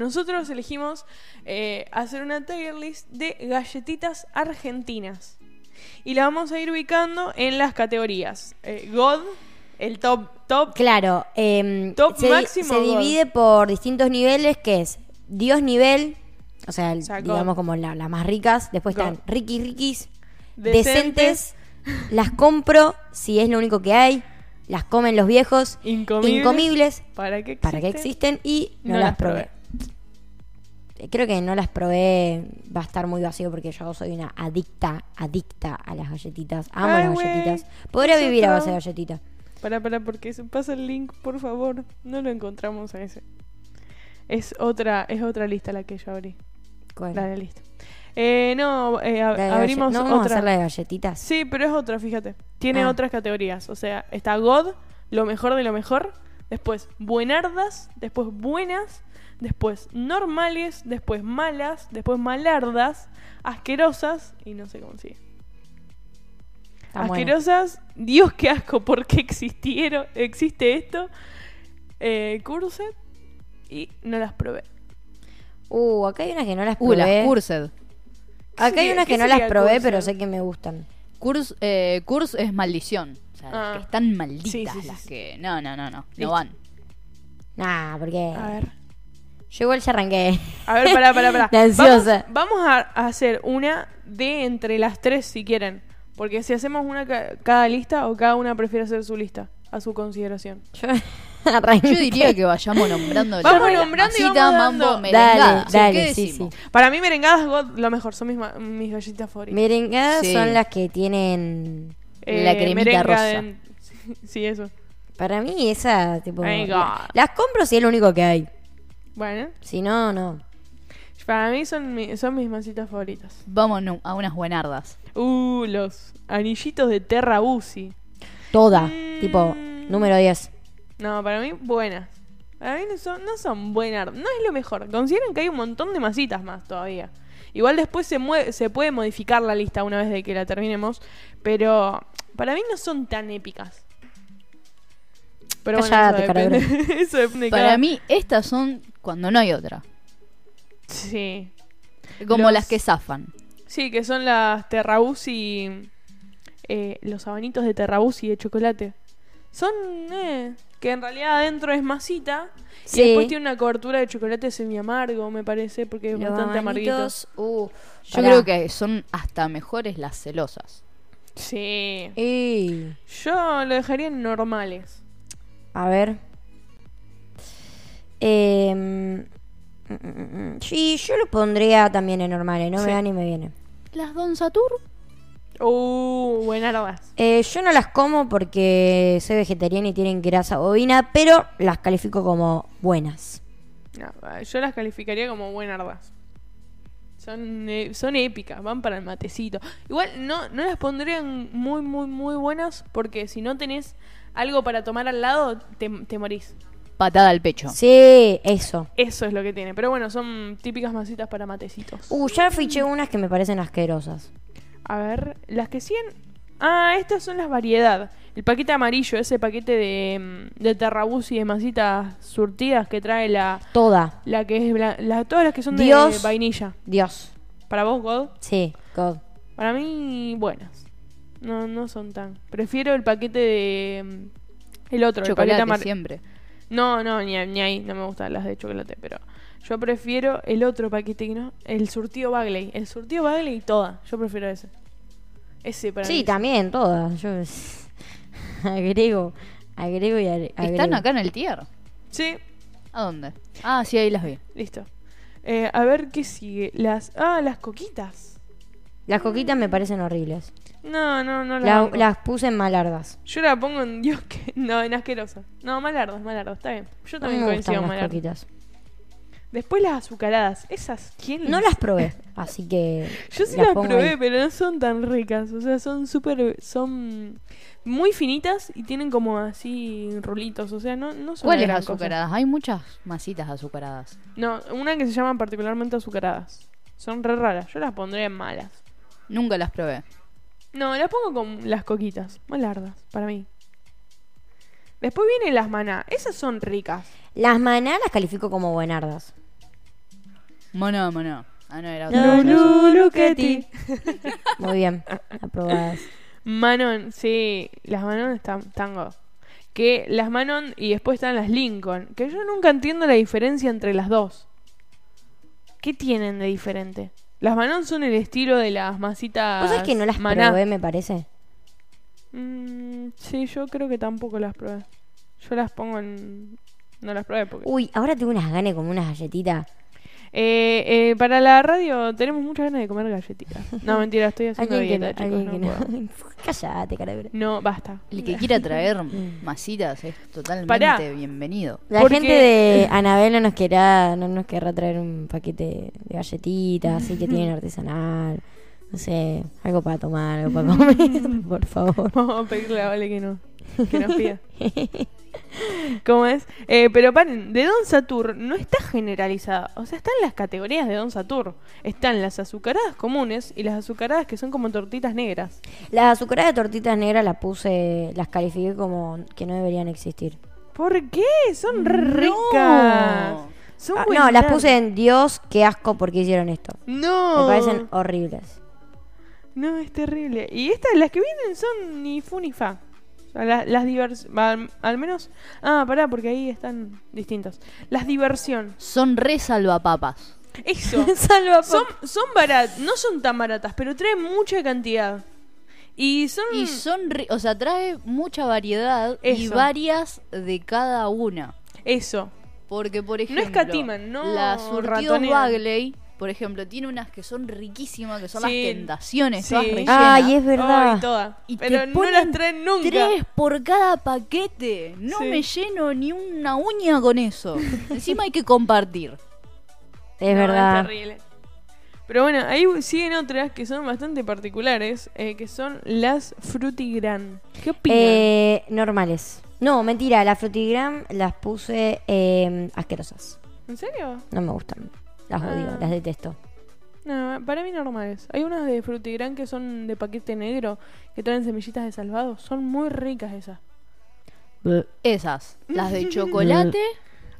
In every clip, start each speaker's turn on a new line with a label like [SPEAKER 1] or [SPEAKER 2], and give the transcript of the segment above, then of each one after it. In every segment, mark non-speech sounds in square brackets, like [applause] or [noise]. [SPEAKER 1] Nosotros elegimos eh, hacer una tier list de galletitas argentinas. Y la vamos a ir ubicando en las categorías. Eh, God, el top, top.
[SPEAKER 2] Claro, eh,
[SPEAKER 1] Top
[SPEAKER 2] se, di-
[SPEAKER 1] máximo
[SPEAKER 2] se
[SPEAKER 1] God.
[SPEAKER 2] divide por distintos niveles, que es Dios nivel, o sea, el-
[SPEAKER 1] O sea, God.
[SPEAKER 2] digamos como la- las más ricas, después
[SPEAKER 1] God.
[SPEAKER 2] están riquis riquis,
[SPEAKER 1] Decentes.
[SPEAKER 2] decentes. las compro si es lo único que hay, las comen los viejos,
[SPEAKER 1] Incomibles.
[SPEAKER 2] incomibles,
[SPEAKER 1] ¿Para qué existen?
[SPEAKER 2] para que existen y no,
[SPEAKER 1] No
[SPEAKER 2] las
[SPEAKER 1] las
[SPEAKER 2] probé. Creo que no las probé, va a estar muy vacío porque yo soy una adicta, adicta a las galletitas. Amo
[SPEAKER 1] Ay,
[SPEAKER 2] las
[SPEAKER 1] güey,
[SPEAKER 2] galletitas. Podría vivir a base de
[SPEAKER 1] nosotros-
[SPEAKER 2] galletitas.
[SPEAKER 1] Para, para, porque se pasa el link, por favor. No lo encontramos a ese. Es otra, es otra lista la que yo abrí.
[SPEAKER 2] ¿Cuál?
[SPEAKER 1] La de lista. Eh, no, eh, ab-
[SPEAKER 2] La de
[SPEAKER 1] abrimos
[SPEAKER 2] gallet- no vamos
[SPEAKER 1] otra.
[SPEAKER 2] a hacer la de galletitas.
[SPEAKER 1] Sí, pero es otra, fíjate. Tiene
[SPEAKER 2] Ah.
[SPEAKER 1] otras categorías. O sea, está God, lo mejor de lo mejor. Después buenardas, después buenas, después normales, después malas, después malardas, asquerosas y no sé cómo sigue.
[SPEAKER 2] Está buena.
[SPEAKER 1] asquerosas, Dios qué asco, ¿por qué existieron, existe esto? Eh, Curset y no las probé.
[SPEAKER 2] Uh, acá hay unas que no las
[SPEAKER 3] Uh,
[SPEAKER 2] probé.
[SPEAKER 3] las Cursed.
[SPEAKER 1] ¿Qué
[SPEAKER 2] acá hay
[SPEAKER 1] sería-
[SPEAKER 2] unas
[SPEAKER 1] qué
[SPEAKER 2] que no las
[SPEAKER 1] sería
[SPEAKER 2] probé,
[SPEAKER 1] Cursed?
[SPEAKER 2] pero sé que me gustan.
[SPEAKER 3] Curse, eh, curse es maldición. O sea,
[SPEAKER 1] Ah.
[SPEAKER 3] las que están malditas,
[SPEAKER 1] Sí, sí, sí,
[SPEAKER 3] las
[SPEAKER 1] sí.
[SPEAKER 3] que... No, no, no, no.
[SPEAKER 1] Listo.
[SPEAKER 3] No van.
[SPEAKER 2] Nah, porque
[SPEAKER 1] A ver.
[SPEAKER 2] yo igual ya arranqué. [laughs]
[SPEAKER 1] A ver, pará, pará, pará.
[SPEAKER 3] [laughs]
[SPEAKER 2] De ansiosa.
[SPEAKER 1] Vamos, vamos a a hacer una de entre las tres si quieren. Porque si hacemos una ca- cada lista o cada una prefiere hacer su lista a su consideración.
[SPEAKER 2] Yo [laughs] arranqué.
[SPEAKER 3] Yo diría que
[SPEAKER 1] [laughs]
[SPEAKER 3] vayamos nombrando.
[SPEAKER 1] Vamos
[SPEAKER 3] la-
[SPEAKER 1] nombrando y
[SPEAKER 3] masita,
[SPEAKER 1] vamos
[SPEAKER 3] mambo,
[SPEAKER 1] dando.
[SPEAKER 3] merengada.
[SPEAKER 2] Dale, dale,
[SPEAKER 3] ¿Qué
[SPEAKER 2] sí,
[SPEAKER 3] decimos?
[SPEAKER 2] sí.
[SPEAKER 1] Para mí, merengadas God, lo mejor, son mis, ma- mis galletitas favoritas. Eh,
[SPEAKER 2] Merengadas
[SPEAKER 3] Sí. Eh,
[SPEAKER 2] son las que tienen.
[SPEAKER 3] la cremita rosa.
[SPEAKER 1] de- [laughs] Sí, sí, eso.
[SPEAKER 2] Para mí, esa, tipo.
[SPEAKER 1] Ay,
[SPEAKER 2] la-
[SPEAKER 1] God.
[SPEAKER 2] las compro si es lo único que hay.
[SPEAKER 1] Bueno,
[SPEAKER 2] Si no, no.
[SPEAKER 1] para mí son, mi- son mis masitas favoritas.
[SPEAKER 3] Vamos nu- a unas buenardas.
[SPEAKER 1] Uh, los anillitos de Terra Busi.
[SPEAKER 2] Toda.
[SPEAKER 1] Mm.
[SPEAKER 2] Tipo, número 10.
[SPEAKER 1] No, para mí buenas. Para mí no son, no son buenas. No es lo mejor. Consideren que hay un montón de masitas más todavía. Igual después se, mue- se puede modificar la lista una vez de que la terminemos. Pero para mí no son tan épicas. Pero bueno,
[SPEAKER 2] Cállate,
[SPEAKER 1] eso depende. [laughs] eso depende de
[SPEAKER 3] Para
[SPEAKER 1] cada-
[SPEAKER 3] mí, estas son cuando no hay otra.
[SPEAKER 1] Sí.
[SPEAKER 3] Como
[SPEAKER 1] Los-
[SPEAKER 3] las que zafan.
[SPEAKER 1] Sí, que son las terrabús y. eh, los abanitos de terrabús y de chocolate. Son. eh, que en realidad adentro es masita.
[SPEAKER 2] Sí.
[SPEAKER 1] Y después tiene una cobertura de chocolate semi amargo, me parece, porque es
[SPEAKER 2] Los
[SPEAKER 1] bastante amarguito.
[SPEAKER 2] amanitos, uh,
[SPEAKER 3] Yo
[SPEAKER 2] pará.
[SPEAKER 3] creo que son hasta mejores las celosas.
[SPEAKER 1] Sí.
[SPEAKER 2] Y,
[SPEAKER 1] Yo lo dejaría en normales.
[SPEAKER 2] a ver. Em, mm, mm, mm. sí, yo lo pondría también en normales. No
[SPEAKER 1] Sí.
[SPEAKER 2] me da ni me viene.
[SPEAKER 3] Las Don Satur.
[SPEAKER 1] Uh, buenardas.
[SPEAKER 2] Eh, yo no las como porque soy vegetariana y tienen grasa bovina, pero las califico como buenas.
[SPEAKER 1] No, yo las calificaría como buenardas. Son, eh, son épicas, van para el matecito. Igual no, no las pondrían muy, muy, muy buenas porque si no tenés algo para tomar al lado, te, te morís.
[SPEAKER 3] Patada al pecho.
[SPEAKER 2] Sí, eso.
[SPEAKER 1] Eso es lo que tiene. Pero bueno, son típicas masitas para matecitos.
[SPEAKER 2] Uh, ya fiché unas que me parecen asquerosas.
[SPEAKER 1] A ver, las que 100. Ah, estas son las variedad. El paquete amarillo, ese paquete de, mm, de terrabús y de masitas surtidas que trae la,
[SPEAKER 2] Toda.
[SPEAKER 1] la que es blan- la- todas las que son de
[SPEAKER 2] Dios.
[SPEAKER 1] vainilla.
[SPEAKER 2] Dios.
[SPEAKER 1] Para vos, God,
[SPEAKER 2] Sí, God.
[SPEAKER 1] para mí buenas. No, no son tan. Prefiero el paquete de mm, el otro, el
[SPEAKER 3] Chocolate
[SPEAKER 1] paquete amarillo.
[SPEAKER 3] siempre.
[SPEAKER 1] No, no, ni, a- ni ahí, no me gustan las de chocolate, pero yo prefiero el otro paquete, ¿no? El surtido Bagley, el surtido Bagley y toda. Yo prefiero ese. Ese para mí.
[SPEAKER 2] Sí,
[SPEAKER 1] es-
[SPEAKER 2] también, todas. Yo [laughs] agrego, agrego y agre- agrego.
[SPEAKER 3] Están acá en el tier.
[SPEAKER 1] Sí,
[SPEAKER 3] ¿A dónde? Ah, sí, ahí las vi.
[SPEAKER 1] Listo. Eh, a ver qué sigue. Las. Ah, las coquitas.
[SPEAKER 2] Las coquitas me parecen horribles.
[SPEAKER 1] No, no, no
[SPEAKER 2] La-
[SPEAKER 1] las. banco.
[SPEAKER 2] las puse en malardas.
[SPEAKER 1] Yo la pongo en Dios que. [laughs] No, en asquerosa. No, malardos, malardos, está bien. Yo
[SPEAKER 2] No
[SPEAKER 1] también
[SPEAKER 2] Ah, me
[SPEAKER 1] coincido
[SPEAKER 2] gustan
[SPEAKER 1] en
[SPEAKER 2] las
[SPEAKER 1] malardos.
[SPEAKER 2] coquitas.
[SPEAKER 1] Después las azucaradas. Esas, ¿quién
[SPEAKER 2] No las probé, así que.
[SPEAKER 1] Yo sí las,
[SPEAKER 2] pongo
[SPEAKER 1] probé,
[SPEAKER 2] ahí.
[SPEAKER 1] pero no son tan ricas. O sea, son súper. Son muy finitas y tienen como así rulitos. O sea, no, no son. la
[SPEAKER 3] ¿Cuáles
[SPEAKER 1] gran cosa.
[SPEAKER 3] azucaradas? Hay muchas masitas azucaradas.
[SPEAKER 1] No, una que se llaman particularmente azucaradas. Son re raras. Yo las pondría en malas.
[SPEAKER 3] Nunca las probé.
[SPEAKER 1] No, la pongo con las coquitas, malardas, para mí. Después vienen las maná, esas son ricas.
[SPEAKER 2] Las maná las califico como buenardas.
[SPEAKER 3] Mono, mono. Ah, no, era otra.
[SPEAKER 2] No, no,
[SPEAKER 1] Luchetti.
[SPEAKER 2] [laughs] Muy bien, aprobadas.
[SPEAKER 1] Manon, sí, las Manon están tango. Que las Manon y después están las Lincoln. Que yo nunca entiendo la diferencia entre las dos. ¿Qué tienen de diferente? Las Manon son el estilo de las masitas.
[SPEAKER 2] ¿Vos sabés que no las
[SPEAKER 1] maná.
[SPEAKER 2] probé, me parece?
[SPEAKER 1] Mm, sí, yo creo que tampoco las probé. Yo las pongo en. No las probé porque.
[SPEAKER 2] Uy, ahora tengo unas ganas de comer unas galletitas.
[SPEAKER 1] Eh, eh, para la radio tenemos muchas ganas de comer galletitas. No, mentira, estoy haciendo
[SPEAKER 2] [laughs] Alguien que no,
[SPEAKER 1] dieta, chicos.
[SPEAKER 2] alguien
[SPEAKER 1] No,
[SPEAKER 2] que no. [laughs]
[SPEAKER 1] puedo.
[SPEAKER 2] Cállate, calavera.
[SPEAKER 1] no, basta.
[SPEAKER 3] El que
[SPEAKER 2] [laughs]
[SPEAKER 3] quiera traer
[SPEAKER 2] Mm.
[SPEAKER 3] masitas es totalmente
[SPEAKER 1] Pará.
[SPEAKER 3] bienvenido.
[SPEAKER 2] La
[SPEAKER 1] Porque- [laughs]
[SPEAKER 2] gente de Anabel no nos querrá, no nos querrá traer un paquete de galletitas, así que
[SPEAKER 1] [laughs]
[SPEAKER 2] tienen artesanal. No sé, algo para tomar, algo para comer, [laughs] por favor.
[SPEAKER 1] Vamos a pedirle a Vale que, no, que nos pida. ¿Cómo es? Eh, pero paren, de Don Satur no está generalizada. O sea, están las categorías de Don Satur. Están las azucaradas comunes y las azucaradas que son como tortitas negras.
[SPEAKER 2] Las azucaradas de tortitas negras las puse, las califiqué como que no deberían existir.
[SPEAKER 1] ¿Por qué? Son re ricas.
[SPEAKER 3] No.
[SPEAKER 1] Son
[SPEAKER 2] Ah, no,
[SPEAKER 1] buenas.
[SPEAKER 2] las puse en Dios, qué asco porque hicieron esto.
[SPEAKER 1] No.
[SPEAKER 2] Me parecen horribles.
[SPEAKER 1] No, es terrible. Y estas, las que vienen son ni fu ni fa. O sea, la- las divers... Al, al menos... Ah, pará, porque ahí están distintos. Las diversión.
[SPEAKER 3] Son re salvapapas.
[SPEAKER 1] Eso.
[SPEAKER 2] [laughs]
[SPEAKER 1] [laughs]
[SPEAKER 2] Salva
[SPEAKER 1] Son, son baratas, no son tan baratas, pero traen mucha cantidad. Y son...
[SPEAKER 3] Y son, re- o sea, trae mucha variedad y
[SPEAKER 1] Mm. Eso.
[SPEAKER 3] varias de cada una.
[SPEAKER 1] Eso.
[SPEAKER 3] Porque, por ejemplo,
[SPEAKER 1] escatiman, no
[SPEAKER 3] la surtidos
[SPEAKER 1] ratonean.
[SPEAKER 3] Bagley, por ejemplo, tiene unas que son riquísimas, que son
[SPEAKER 1] Sí.
[SPEAKER 3] las tentaciones,
[SPEAKER 1] Sí.
[SPEAKER 3] todas rellenas.
[SPEAKER 2] Ay,
[SPEAKER 1] Ay,
[SPEAKER 2] es verdad.
[SPEAKER 1] toda.
[SPEAKER 3] Y te
[SPEAKER 1] pero no
[SPEAKER 3] ponen
[SPEAKER 1] las traen nunca.
[SPEAKER 3] Tres por cada paquete. No
[SPEAKER 1] Sí.
[SPEAKER 3] me lleno ni una uña con eso. Encima hay que compartir.
[SPEAKER 2] Es
[SPEAKER 1] No,
[SPEAKER 2] verdad.
[SPEAKER 1] terrible. Pero bueno, ahí siguen otras que son bastante particulares, eh, que son las Frutigran. ¿Qué opinan?
[SPEAKER 2] Eh, normales. No, mentira, las frutigram las puse eh, asquerosas.
[SPEAKER 1] ¿En serio?
[SPEAKER 2] No me gustan. Las odio,
[SPEAKER 1] Ah.
[SPEAKER 2] las detesto.
[SPEAKER 1] No, para mí normales. Hay unas de Frutigran que son de paquete negro, que traen semillitas de salvado. Son muy ricas esas.
[SPEAKER 3] Esas,
[SPEAKER 1] [laughs]
[SPEAKER 3] las de chocolate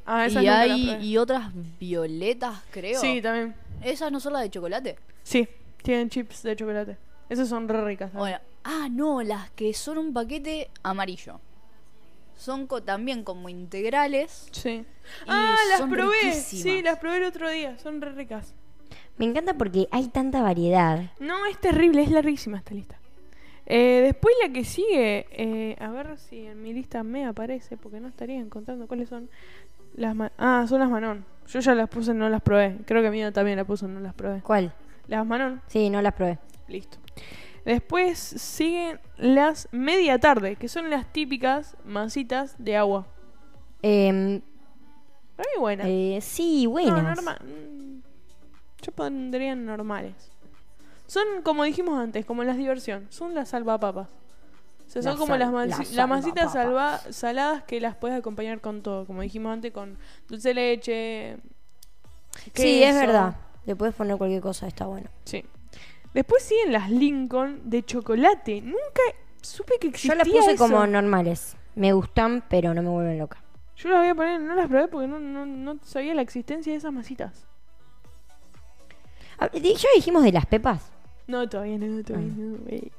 [SPEAKER 1] Ah, esas
[SPEAKER 3] y,
[SPEAKER 1] nunca las
[SPEAKER 3] hay-
[SPEAKER 1] probé.
[SPEAKER 3] y otras violetas, creo.
[SPEAKER 1] Sí, también.
[SPEAKER 3] Esas no son las de chocolate.
[SPEAKER 1] Sí, tienen chips de chocolate. Esas son re ricas. ¿sabes?
[SPEAKER 3] Bueno, ah, no, las que son un paquete amarillo. Son co- también como integrales.
[SPEAKER 1] Sí. Ah, las
[SPEAKER 3] son
[SPEAKER 1] probé.
[SPEAKER 3] riquísimas.
[SPEAKER 1] Sí, las probé el otro día. Son re ricas.
[SPEAKER 2] Me encanta porque hay tanta variedad.
[SPEAKER 1] No, es terrible. Es larguísima esta lista. Eh, después la que sigue, eh, a ver si en mi lista me aparece, porque no estaría encontrando cuáles son las ma- Ah, son las Manon. Yo ya las puse, no las probé. Creo que Mía también la puso, no las probé.
[SPEAKER 2] ¿Cuál?
[SPEAKER 1] Las Manon,
[SPEAKER 2] Sí, no las probé.
[SPEAKER 1] listo. Después siguen las media tarde, que son las típicas masitas de agua.
[SPEAKER 2] Eh,
[SPEAKER 1] Para mí buenas.
[SPEAKER 2] eh, sí,
[SPEAKER 1] No,
[SPEAKER 2] buenas.
[SPEAKER 1] norma- mm, Yo pondría normales. Son, como dijimos antes, como las diversión. Son las salvapapas. O sea, son
[SPEAKER 2] Las
[SPEAKER 1] como
[SPEAKER 2] sal-
[SPEAKER 1] las, mansi-
[SPEAKER 2] las
[SPEAKER 1] las masitas salva
[SPEAKER 2] salvapapas.
[SPEAKER 1] saladas que las puedes acompañar con todo. Como dijimos antes, con dulce de leche.
[SPEAKER 2] sí, es
[SPEAKER 1] queso.
[SPEAKER 2] verdad. Le puedes poner cualquier cosa, está bueno.
[SPEAKER 1] Sí. Después siguen las Lincoln de chocolate. Nunca supe que
[SPEAKER 2] Yo
[SPEAKER 1] existía
[SPEAKER 2] las puse
[SPEAKER 1] eso.
[SPEAKER 2] como normales. Me gustan, pero no me vuelven loca.
[SPEAKER 1] Yo las voy a poner, no las probé porque no, no, no sabía la existencia de esas masitas.
[SPEAKER 2] Ah, di- Ya dijimos de las pepas.
[SPEAKER 1] No, todavía no, todavía
[SPEAKER 2] Ah.
[SPEAKER 1] no. eh.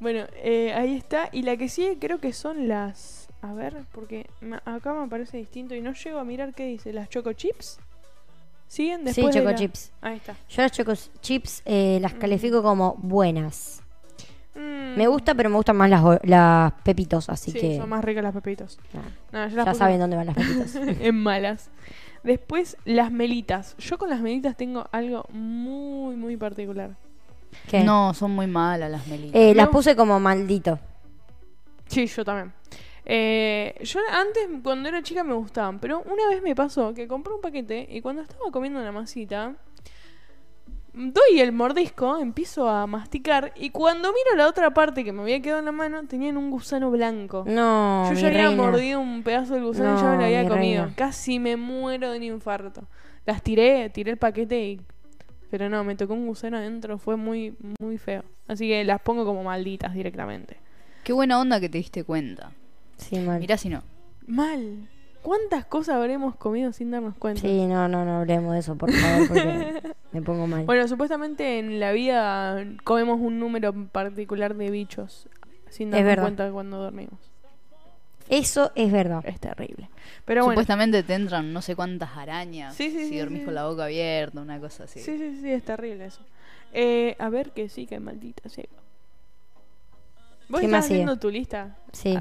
[SPEAKER 1] Bueno, eh, ahí está. Y la que sigue creo que son las... A ver, porque me- acá me aparece distinto y no llego a mirar qué dice. ¿Las Choco Chips? ¿Siguen después
[SPEAKER 2] sí,
[SPEAKER 1] de
[SPEAKER 2] choco
[SPEAKER 1] la-
[SPEAKER 2] chips.
[SPEAKER 1] Ahí está.
[SPEAKER 2] Yo las choco chips eh, las califico como buenas.
[SPEAKER 1] Mm,
[SPEAKER 2] Me gusta, pero me gustan más las, o- las pepitos, así
[SPEAKER 1] Sí,
[SPEAKER 2] que
[SPEAKER 1] son más ricas las pepitos.
[SPEAKER 2] nada,
[SPEAKER 1] No, yo las
[SPEAKER 2] ya
[SPEAKER 1] puse
[SPEAKER 2] saben dónde van las pepitas.
[SPEAKER 1] [laughs] en malas. Después, las melitas. Yo con las melitas tengo algo muy, muy particular.
[SPEAKER 2] ¿Qué?
[SPEAKER 3] No, son muy malas las melitas.
[SPEAKER 2] Eh,
[SPEAKER 1] Me
[SPEAKER 2] las
[SPEAKER 1] gu-
[SPEAKER 2] puse como maldito.
[SPEAKER 1] Sí, yo también. Eh, yo antes, cuando era chica, me gustaban, pero una vez me pasó que compré un paquete y cuando estaba comiendo una masita, doy el mordisco, empiezo a masticar y cuando miro la otra parte que me había quedado en la mano, tenían un gusano blanco.
[SPEAKER 2] No,
[SPEAKER 1] yo
[SPEAKER 2] mi
[SPEAKER 1] ya había
[SPEAKER 2] reina.
[SPEAKER 1] mordido un pedazo del gusano y ya me
[SPEAKER 2] No,
[SPEAKER 1] lo había
[SPEAKER 2] mi
[SPEAKER 1] comido.
[SPEAKER 2] reina.
[SPEAKER 1] Casi me muero de un infarto. Las tiré, tiré el paquete y... Pero no, me tocó un gusano adentro, fue muy, muy feo. Así que las pongo como malditas directamente.
[SPEAKER 3] Qué buena onda que te diste cuenta.
[SPEAKER 2] Sí, mal.
[SPEAKER 3] Mirá si no.
[SPEAKER 1] Mal. ¿Cuántas cosas habremos comido sin darnos cuenta?
[SPEAKER 2] Sí, no, no, no hablemos de eso, por favor,
[SPEAKER 1] [laughs]
[SPEAKER 2] porque me pongo mal.
[SPEAKER 1] Bueno, supuestamente en la vida comemos un número particular de bichos sin
[SPEAKER 2] Es
[SPEAKER 1] darnos
[SPEAKER 2] verdad.
[SPEAKER 1] cuenta cuando dormimos.
[SPEAKER 2] Eso es verdad.
[SPEAKER 1] Es terrible. Pero bueno.
[SPEAKER 3] Supuestamente te entran no sé cuántas arañas
[SPEAKER 1] Sí, sí,
[SPEAKER 3] si
[SPEAKER 1] sí,
[SPEAKER 3] dormís
[SPEAKER 1] sí.
[SPEAKER 3] con la boca abierta, una cosa así.
[SPEAKER 1] Sí, sí, sí, es terrible eso. Eh, a ver que sí, que maldita sea. ¿Vos
[SPEAKER 2] ¿Qué
[SPEAKER 1] estás
[SPEAKER 2] más sigue?
[SPEAKER 1] haciendo tu lista?
[SPEAKER 2] Sí.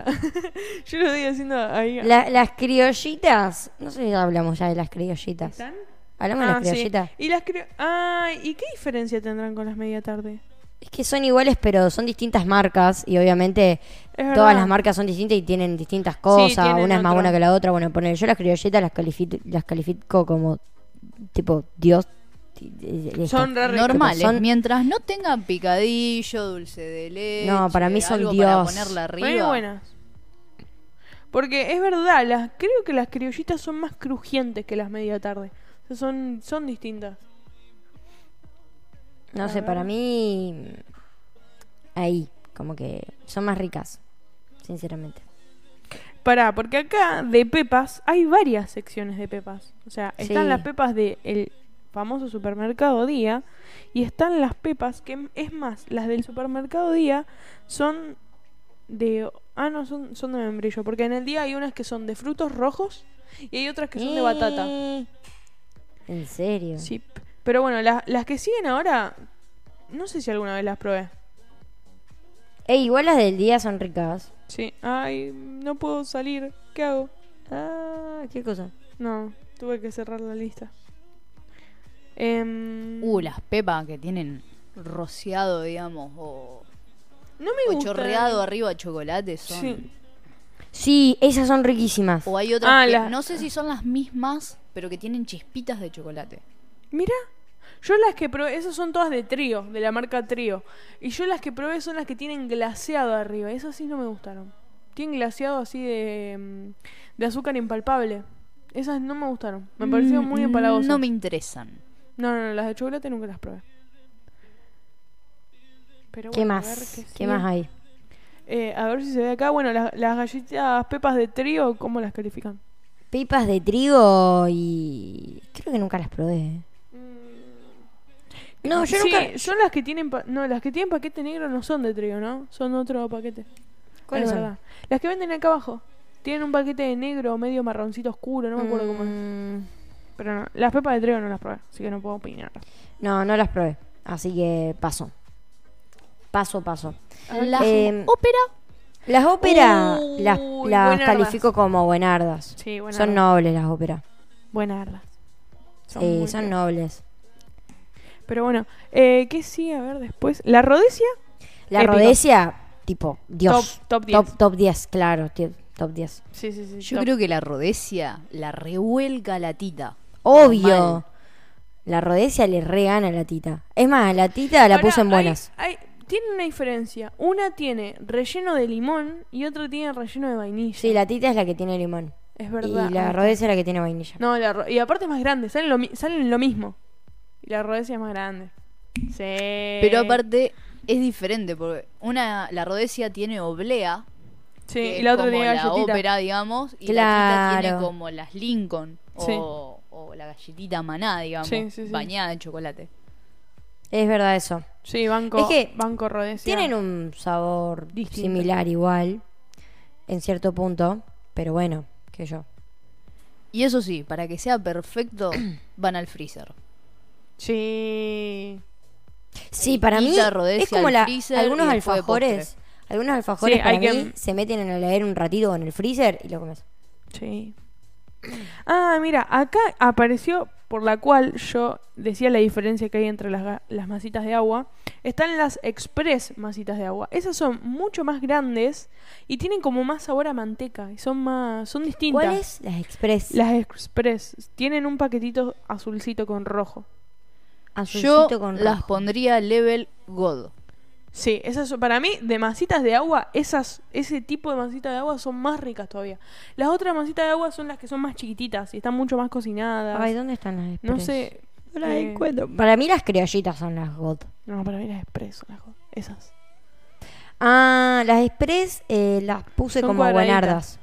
[SPEAKER 1] Yo lo estoy haciendo ahí.
[SPEAKER 2] La- las criollitas. No sé si hablamos ya de las criollitas.
[SPEAKER 1] ¿Están?
[SPEAKER 2] Hablamos de
[SPEAKER 1] Ah,
[SPEAKER 2] las
[SPEAKER 1] sí.
[SPEAKER 2] criollitas.
[SPEAKER 1] Y las crio- Ay, ¿y qué diferencia tendrán con las media tarde?
[SPEAKER 2] Es que son iguales, pero son distintas marcas. Y obviamente
[SPEAKER 1] Es
[SPEAKER 2] todas
[SPEAKER 1] verdad.
[SPEAKER 2] las marcas son distintas y tienen distintas cosas.
[SPEAKER 1] tienen
[SPEAKER 2] una es más
[SPEAKER 1] otro.
[SPEAKER 2] buena que la otra. Bueno, poner yo las criollitas las, califico- las califico como tipo Dios. ti- eh, eh,
[SPEAKER 1] Son
[SPEAKER 2] esto.
[SPEAKER 1] re ricas.
[SPEAKER 3] Normales,
[SPEAKER 2] Son-
[SPEAKER 3] mientras no tengan picadillo, dulce de leche.
[SPEAKER 2] No, para mí son
[SPEAKER 3] algo Para
[SPEAKER 2] Dios.
[SPEAKER 3] ponerla
[SPEAKER 1] Para
[SPEAKER 3] arriba.
[SPEAKER 1] mí buenas. Porque es verdad, las creo que las criollitas son más crujientes que las media tarde. O sea, son, son distintas.
[SPEAKER 2] No sé, para mí. Ahí, como que son más ricas. Sinceramente.
[SPEAKER 1] Pará, porque acá de pepas hay varias secciones de pepas. O sea, están
[SPEAKER 2] Sí.
[SPEAKER 1] las pepas del el famoso supermercado Día y están las pepas que, es más, las del supermercado Día son de... Ah, no, son, son de membrillo. Porque en el día hay unas que son de frutos rojos y hay otras que son de batata.
[SPEAKER 2] Eh, ¿En serio?
[SPEAKER 1] Sí. Pero bueno, las, las que siguen ahora, no sé si alguna vez las probé.
[SPEAKER 2] Eh, igual las del día son ricas.
[SPEAKER 1] Sí. Ay, no puedo salir. ¿Qué hago?
[SPEAKER 2] Ah, qué cosa.
[SPEAKER 1] No, tuve que cerrar la lista. Em,
[SPEAKER 3] Uh, las pepas que tienen rociado, digamos, o,
[SPEAKER 1] no
[SPEAKER 3] o
[SPEAKER 1] me gusta.
[SPEAKER 3] chorreado arriba chocolate son.
[SPEAKER 1] Sí.
[SPEAKER 2] Sí, esas son riquísimas.
[SPEAKER 3] O hay otras
[SPEAKER 1] Ah,
[SPEAKER 3] que
[SPEAKER 1] las-
[SPEAKER 3] no sé si son las mismas, pero que tienen chispitas de chocolate.
[SPEAKER 1] Mira, yo las que probé, esas son todas de trío, de la marca trío. Y yo las que probé son las que tienen glaseado arriba. Esas sí no me gustaron. Tienen glaseado así de, em, de azúcar impalpable. Esas no me gustaron. Me parecieron muy
[SPEAKER 3] Mm,
[SPEAKER 1] empalagosas.
[SPEAKER 3] No me interesan.
[SPEAKER 1] No, no, no, las de chocolate nunca las probé. Pero
[SPEAKER 2] ¿Qué
[SPEAKER 1] bueno, a ver
[SPEAKER 2] más? ¿Qué,
[SPEAKER 1] sigue.
[SPEAKER 2] más hay?
[SPEAKER 1] Eh, a ver si se ve acá. Bueno, las, las galletitas pepas de trío, ¿cómo las califican?
[SPEAKER 2] Pipas de trigo y. Creo que nunca las probé. No, yo
[SPEAKER 1] Mm. Sí,
[SPEAKER 2] nunca.
[SPEAKER 1] Son las que tienen. pa- No, las que tienen paquete negro no son de trío, ¿no? Son otro paquete.
[SPEAKER 2] ¿Cuáles
[SPEAKER 1] Es
[SPEAKER 2] son?
[SPEAKER 1] verdad. Las que venden acá abajo. Tienen un paquete de negro medio marroncito oscuro, no me acuerdo cómo es.
[SPEAKER 2] Mm,
[SPEAKER 1] Pero no, las pepas de trío no las probé, así que no puedo opinar.
[SPEAKER 2] No, no las probé. Así que paso. Paso, paso.
[SPEAKER 3] Las
[SPEAKER 2] Eh,
[SPEAKER 3] ópera
[SPEAKER 2] Las óperas
[SPEAKER 1] Uy,
[SPEAKER 2] las, las
[SPEAKER 1] buenardas.
[SPEAKER 2] califico como buenardas.
[SPEAKER 1] Sí, buenardas.
[SPEAKER 2] Son nobles las óperas.
[SPEAKER 1] Buenardas.
[SPEAKER 2] Son,
[SPEAKER 1] muy
[SPEAKER 2] Eh, son
[SPEAKER 1] ricas.
[SPEAKER 2] nobles.
[SPEAKER 1] Pero bueno, eh, ¿qué sigue? A ver después. ¿La Rodesia?
[SPEAKER 2] La
[SPEAKER 1] Épico.
[SPEAKER 2] Rodesia, tipo, Dios.
[SPEAKER 1] Top- top 10.
[SPEAKER 2] Top, top 10, claro, ti- top 10.
[SPEAKER 1] Sí, sí, sí.
[SPEAKER 3] Yo creo que la rodecia la revuelca la tita.
[SPEAKER 2] Obvio.
[SPEAKER 3] Mal.
[SPEAKER 2] La Rodesia le regana a la tita. Es más, la tita la puso en buenas.
[SPEAKER 1] tiene una diferencia. Una tiene relleno de limón y otra tiene relleno de vainilla.
[SPEAKER 2] Sí, la tita es la que tiene limón.
[SPEAKER 1] Es verdad.
[SPEAKER 2] Y la
[SPEAKER 1] Ah,
[SPEAKER 2] Rodesia es la que tiene vainilla.
[SPEAKER 1] No, la ro- y aparte es más grande, salen lo, mi- salen lo mismo. Y la rodecia es más grande. Sí. Eh.
[SPEAKER 3] Pero aparte es diferente porque una la rodecia tiene oblea,
[SPEAKER 1] Sí,
[SPEAKER 3] que
[SPEAKER 1] y
[SPEAKER 3] es
[SPEAKER 1] la otra
[SPEAKER 3] como
[SPEAKER 1] tiene
[SPEAKER 3] la
[SPEAKER 1] galletita.
[SPEAKER 3] ópera, digamos, y la tita tiene
[SPEAKER 2] Claro.
[SPEAKER 3] como las Lincoln o,
[SPEAKER 1] Sí.
[SPEAKER 3] o la galletita maná, digamos,
[SPEAKER 1] Sí, sí, sí.
[SPEAKER 3] bañada en chocolate.
[SPEAKER 2] Es verdad eso.
[SPEAKER 1] Sí, banco,
[SPEAKER 2] Es que
[SPEAKER 1] banco rodecia.
[SPEAKER 2] Tienen un sabor
[SPEAKER 1] Distinto.
[SPEAKER 2] similar igual, en cierto punto, pero bueno, que yo.
[SPEAKER 3] Y eso sí, para que
[SPEAKER 2] [coughs]
[SPEAKER 3] sea perfecto van al freezer.
[SPEAKER 1] Sí.
[SPEAKER 2] Sí, para mí
[SPEAKER 3] Pizza, rodesia
[SPEAKER 2] es como
[SPEAKER 3] al
[SPEAKER 2] la,
[SPEAKER 3] freezer
[SPEAKER 2] algunos
[SPEAKER 3] y después de
[SPEAKER 2] alfajores. Algunos alfajores
[SPEAKER 1] Sí,
[SPEAKER 2] para
[SPEAKER 1] hay que-
[SPEAKER 2] mí se meten en la heladera un ratito o en el freezer y lo comes.
[SPEAKER 1] Sí. Ah, mira, acá apareció por la cual yo decía la diferencia que hay entre las, ga- las masitas de agua. Están las express masitas de agua. Esas son mucho más grandes y tienen como más sabor a manteca y son más son distintas.
[SPEAKER 2] ¿Cuáles? Las express.
[SPEAKER 1] Las express tienen un paquetito azulcito con rojo.
[SPEAKER 2] Azulcito
[SPEAKER 3] Yo
[SPEAKER 2] con
[SPEAKER 3] las
[SPEAKER 2] rojo.
[SPEAKER 3] pondría level god.
[SPEAKER 1] Sí, esas son- para mí de masitas de agua, esas ese tipo de masitas de agua son más ricas todavía. Las otras masitas de agua son las que son más chiquititas y están mucho más cocinadas.
[SPEAKER 2] Ay, ¿dónde están las express?
[SPEAKER 1] no sé,
[SPEAKER 2] No las
[SPEAKER 1] eh,
[SPEAKER 2] encuentro. Para mí las criollitas son las got.
[SPEAKER 1] No, para mí las expreso, las go- esas.
[SPEAKER 2] Ah, las express eh, las puse
[SPEAKER 1] Son
[SPEAKER 2] como
[SPEAKER 1] cuadraditas.
[SPEAKER 2] buenardas.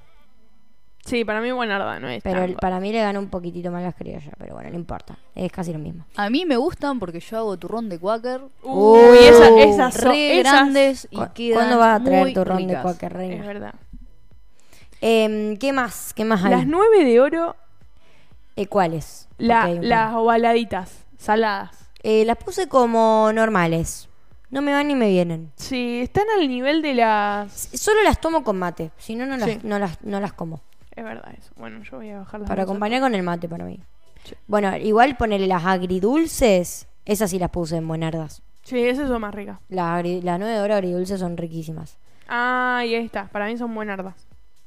[SPEAKER 1] Sí, para mí Buenarda no es
[SPEAKER 2] Pero el-
[SPEAKER 1] tango.
[SPEAKER 2] para mí le ganó un poquitito más las criollas, pero bueno, no importa. Es casi lo mismo.
[SPEAKER 3] A mí me gustan porque yo hago turrón de Quaker.
[SPEAKER 1] Uy, esa-
[SPEAKER 2] Uh,
[SPEAKER 1] esas son-
[SPEAKER 3] re
[SPEAKER 1] esas-
[SPEAKER 3] grandes y
[SPEAKER 2] ¿Cu-
[SPEAKER 3] quedan
[SPEAKER 2] ¿Cuándo vas a traer
[SPEAKER 3] muy
[SPEAKER 2] tu ron de
[SPEAKER 3] ricas.
[SPEAKER 2] cualquier reina?
[SPEAKER 1] Es verdad.
[SPEAKER 2] Em, ¿Qué más? ¿Qué más hay?
[SPEAKER 1] Las nueve de oro,
[SPEAKER 2] Eh, ¿Cuáles?
[SPEAKER 1] la-
[SPEAKER 2] Porque hay un
[SPEAKER 1] las
[SPEAKER 2] par.
[SPEAKER 1] ovaladitas, saladas.
[SPEAKER 2] Eh, las puse como normales. No me van ni me vienen.
[SPEAKER 1] Sí, están al nivel de las...
[SPEAKER 2] S- Solo las tomo con mate, si no, no las,
[SPEAKER 1] Sí.
[SPEAKER 2] no las, no las como.
[SPEAKER 1] Es verdad eso. Bueno, yo voy a bajar las
[SPEAKER 2] Para
[SPEAKER 1] dos.
[SPEAKER 2] acompañar con el mate para mí.
[SPEAKER 1] Sí.
[SPEAKER 2] Bueno, igual ponerle las agridulces, esas sí las puse en buenardas.
[SPEAKER 1] Sí, esas son más ricas.
[SPEAKER 2] Las, agri- las 9 de oro agridulces son riquísimas.
[SPEAKER 1] Ah, y estas. Para mí son buenardas.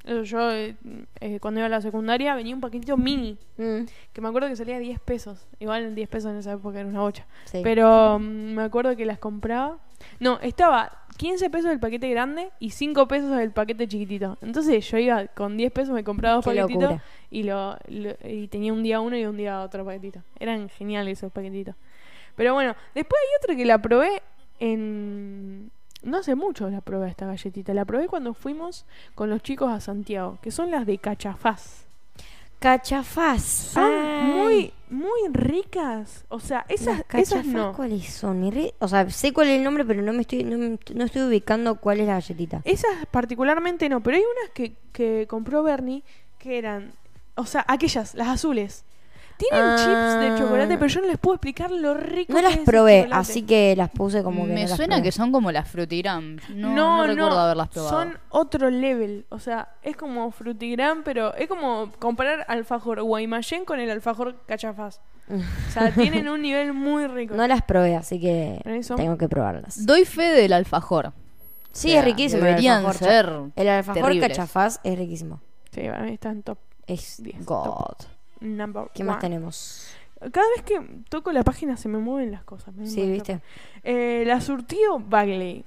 [SPEAKER 1] Eso yo, eh, eh, cuando iba a la secundaria, venía un paquetito mini.
[SPEAKER 2] Mm,
[SPEAKER 1] Que me acuerdo que salía 10 pesos. Igual 10 pesos en esa época era una bocha.
[SPEAKER 2] sí.
[SPEAKER 1] Pero mm, me acuerdo que las compraba. No, estaba 15 pesos el paquete grande y 5 pesos el paquete chiquitito. Entonces yo iba con 10 pesos, me compraba dos
[SPEAKER 2] Qué
[SPEAKER 1] paquetitos
[SPEAKER 2] locura.
[SPEAKER 1] y, lo, lo- y tenía un día uno y un día otro paquetito. Eran geniales esos paquetitos. Pero bueno, después hay otra que la probé en... No hace mucho la probé esta galletita. La probé cuando fuimos con los chicos a Santiago, que son las de cachafaz.
[SPEAKER 2] Cachafaz.
[SPEAKER 1] Son
[SPEAKER 2] Ay,
[SPEAKER 1] muy, muy ricas. O sea, esas,
[SPEAKER 2] las
[SPEAKER 1] esas
[SPEAKER 2] cachafaz,
[SPEAKER 1] no.
[SPEAKER 2] ¿Cuáles son? Ni re- O sea, sé cuál es el nombre, pero no me estoy, no, me- no estoy ubicando cuál es la galletita.
[SPEAKER 1] Esas particularmente no, pero hay unas que, que compró Bernie que eran, o sea, aquellas, las azules. Tienen
[SPEAKER 2] Ah.
[SPEAKER 1] chips de chocolate, pero yo no les puedo explicar lo rico
[SPEAKER 2] No
[SPEAKER 1] que
[SPEAKER 2] las
[SPEAKER 1] es el
[SPEAKER 2] probé,
[SPEAKER 1] chocolate.
[SPEAKER 2] así que las puse como que.
[SPEAKER 3] me
[SPEAKER 2] no las
[SPEAKER 3] suena
[SPEAKER 2] probé. [laughs]
[SPEAKER 3] que son como las frutigram. No, no, recuerdo haberlas probado.
[SPEAKER 1] Son otro level, o sea, es como frutigrán, pero es como comparar alfajor guaymallén con el alfajor cachafaz. O
[SPEAKER 2] [laughs]
[SPEAKER 1] sea, tienen un nivel muy rico.
[SPEAKER 2] No las probé, así que
[SPEAKER 1] Para mí son-
[SPEAKER 2] tengo que probarlas.
[SPEAKER 3] Doy fe del alfajor.
[SPEAKER 2] Sí,
[SPEAKER 3] O sea,
[SPEAKER 2] es riquísimo. el
[SPEAKER 3] Deberían
[SPEAKER 2] alfajor cha-
[SPEAKER 3] ser.
[SPEAKER 2] El alfajor
[SPEAKER 3] terribles.
[SPEAKER 2] cachafaz es riquísimo.
[SPEAKER 1] Sí, para mí están top
[SPEAKER 2] Es
[SPEAKER 1] 10. top
[SPEAKER 2] God.
[SPEAKER 1] number
[SPEAKER 2] ¿Qué más
[SPEAKER 1] one.
[SPEAKER 2] tenemos?
[SPEAKER 1] Cada vez que toco la página se me mueven las cosas. me
[SPEAKER 2] Sí,
[SPEAKER 1] mueven las
[SPEAKER 2] viste.
[SPEAKER 1] Eh, la surtido Bagley.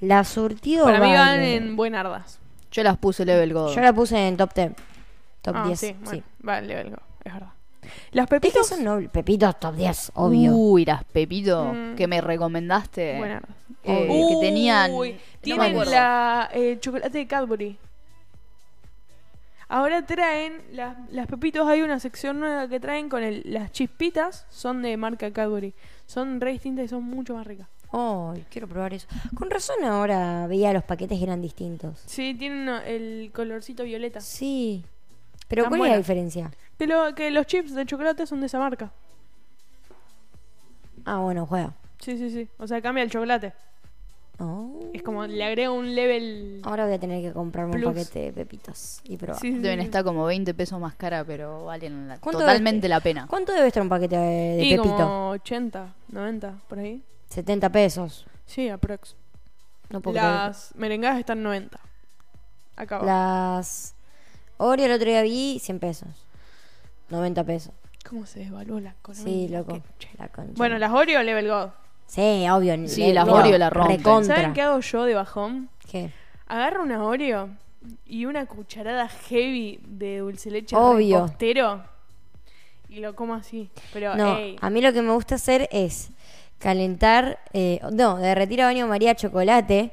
[SPEAKER 2] La surtido.
[SPEAKER 1] Para mí van
[SPEAKER 2] Vale.
[SPEAKER 1] en buenardas.
[SPEAKER 3] Yo las puse level God.
[SPEAKER 2] Yo la puse en top 10. Top
[SPEAKER 1] Ah,
[SPEAKER 2] 10.
[SPEAKER 1] Sí,
[SPEAKER 2] Sí,
[SPEAKER 1] bueno, vale, algo. Es verdad. Las
[SPEAKER 2] Es que
[SPEAKER 1] pepitas.
[SPEAKER 2] son nobles. Pepitos top 10, obvio.
[SPEAKER 1] Uh.
[SPEAKER 3] Uy, las Pepito
[SPEAKER 1] Mm.
[SPEAKER 3] que me recomendaste.
[SPEAKER 1] buenardas.
[SPEAKER 3] eh,
[SPEAKER 1] Uy,
[SPEAKER 3] que tenían.
[SPEAKER 1] Tienen
[SPEAKER 3] acuerdo.
[SPEAKER 1] la eh, chocolate de Cadbury. Ahora traen las, las pepitos. Hay una sección nueva que traen con el- las chispitas. Son de marca Cadbury. Son re distintas y son mucho más ricas.
[SPEAKER 2] Ay, quiero probar eso. Con razón ahora veía los paquetes que eran distintos.
[SPEAKER 1] Sí, tienen eh, el colorcito violeta.
[SPEAKER 2] Sí. Pero
[SPEAKER 1] Están
[SPEAKER 2] ¿cuál es la
[SPEAKER 1] buenas.
[SPEAKER 2] diferencia?
[SPEAKER 1] Que, lo- que los chips de chocolate son de esa marca.
[SPEAKER 2] Ah, bueno, juega.
[SPEAKER 1] Sí, sí, sí. O sea, cambia el chocolate.
[SPEAKER 2] Oh.
[SPEAKER 1] Es como le agrego un level.
[SPEAKER 2] Ahora voy a tener que comprarme
[SPEAKER 1] Plus.
[SPEAKER 2] un paquete de pepitos y probar.
[SPEAKER 1] Sí, sí,
[SPEAKER 3] Deben
[SPEAKER 1] sí.
[SPEAKER 3] estar como 20 pesos más cara, pero valen la-
[SPEAKER 2] ¿Cuánto
[SPEAKER 3] totalmente
[SPEAKER 2] debe-
[SPEAKER 3] la pena.
[SPEAKER 2] ¿Cuánto debe estar un paquete de, de
[SPEAKER 1] y
[SPEAKER 2] pepito?
[SPEAKER 1] como 80, 90, por ahí.
[SPEAKER 2] 70 pesos.
[SPEAKER 1] Sí, aprox.
[SPEAKER 2] No puedo
[SPEAKER 1] Las merengadas están 90. Acá
[SPEAKER 2] creer.
[SPEAKER 1] abajo.
[SPEAKER 2] Las Oreo el otro día vi 100 pesos. 90 pesos.
[SPEAKER 1] ¿Cómo se desvaluó la economía?
[SPEAKER 2] Sí, loco.
[SPEAKER 1] Qué che.
[SPEAKER 2] La concha.
[SPEAKER 1] Bueno, las Oreo level god.
[SPEAKER 2] Sí, obvio.
[SPEAKER 3] Sí, las Oreo la rompen.
[SPEAKER 2] Recontra.
[SPEAKER 1] ¿Saben qué hago yo de bajón?
[SPEAKER 2] ¿Qué?
[SPEAKER 1] Agarro una Oreo y una cucharada heavy de dulce leche
[SPEAKER 2] Obvio.
[SPEAKER 1] repostero y lo como así. Pero,
[SPEAKER 2] No,
[SPEAKER 1] ey,
[SPEAKER 2] a mí lo que me gusta hacer es calentar, eh, no, derretir a baño María chocolate.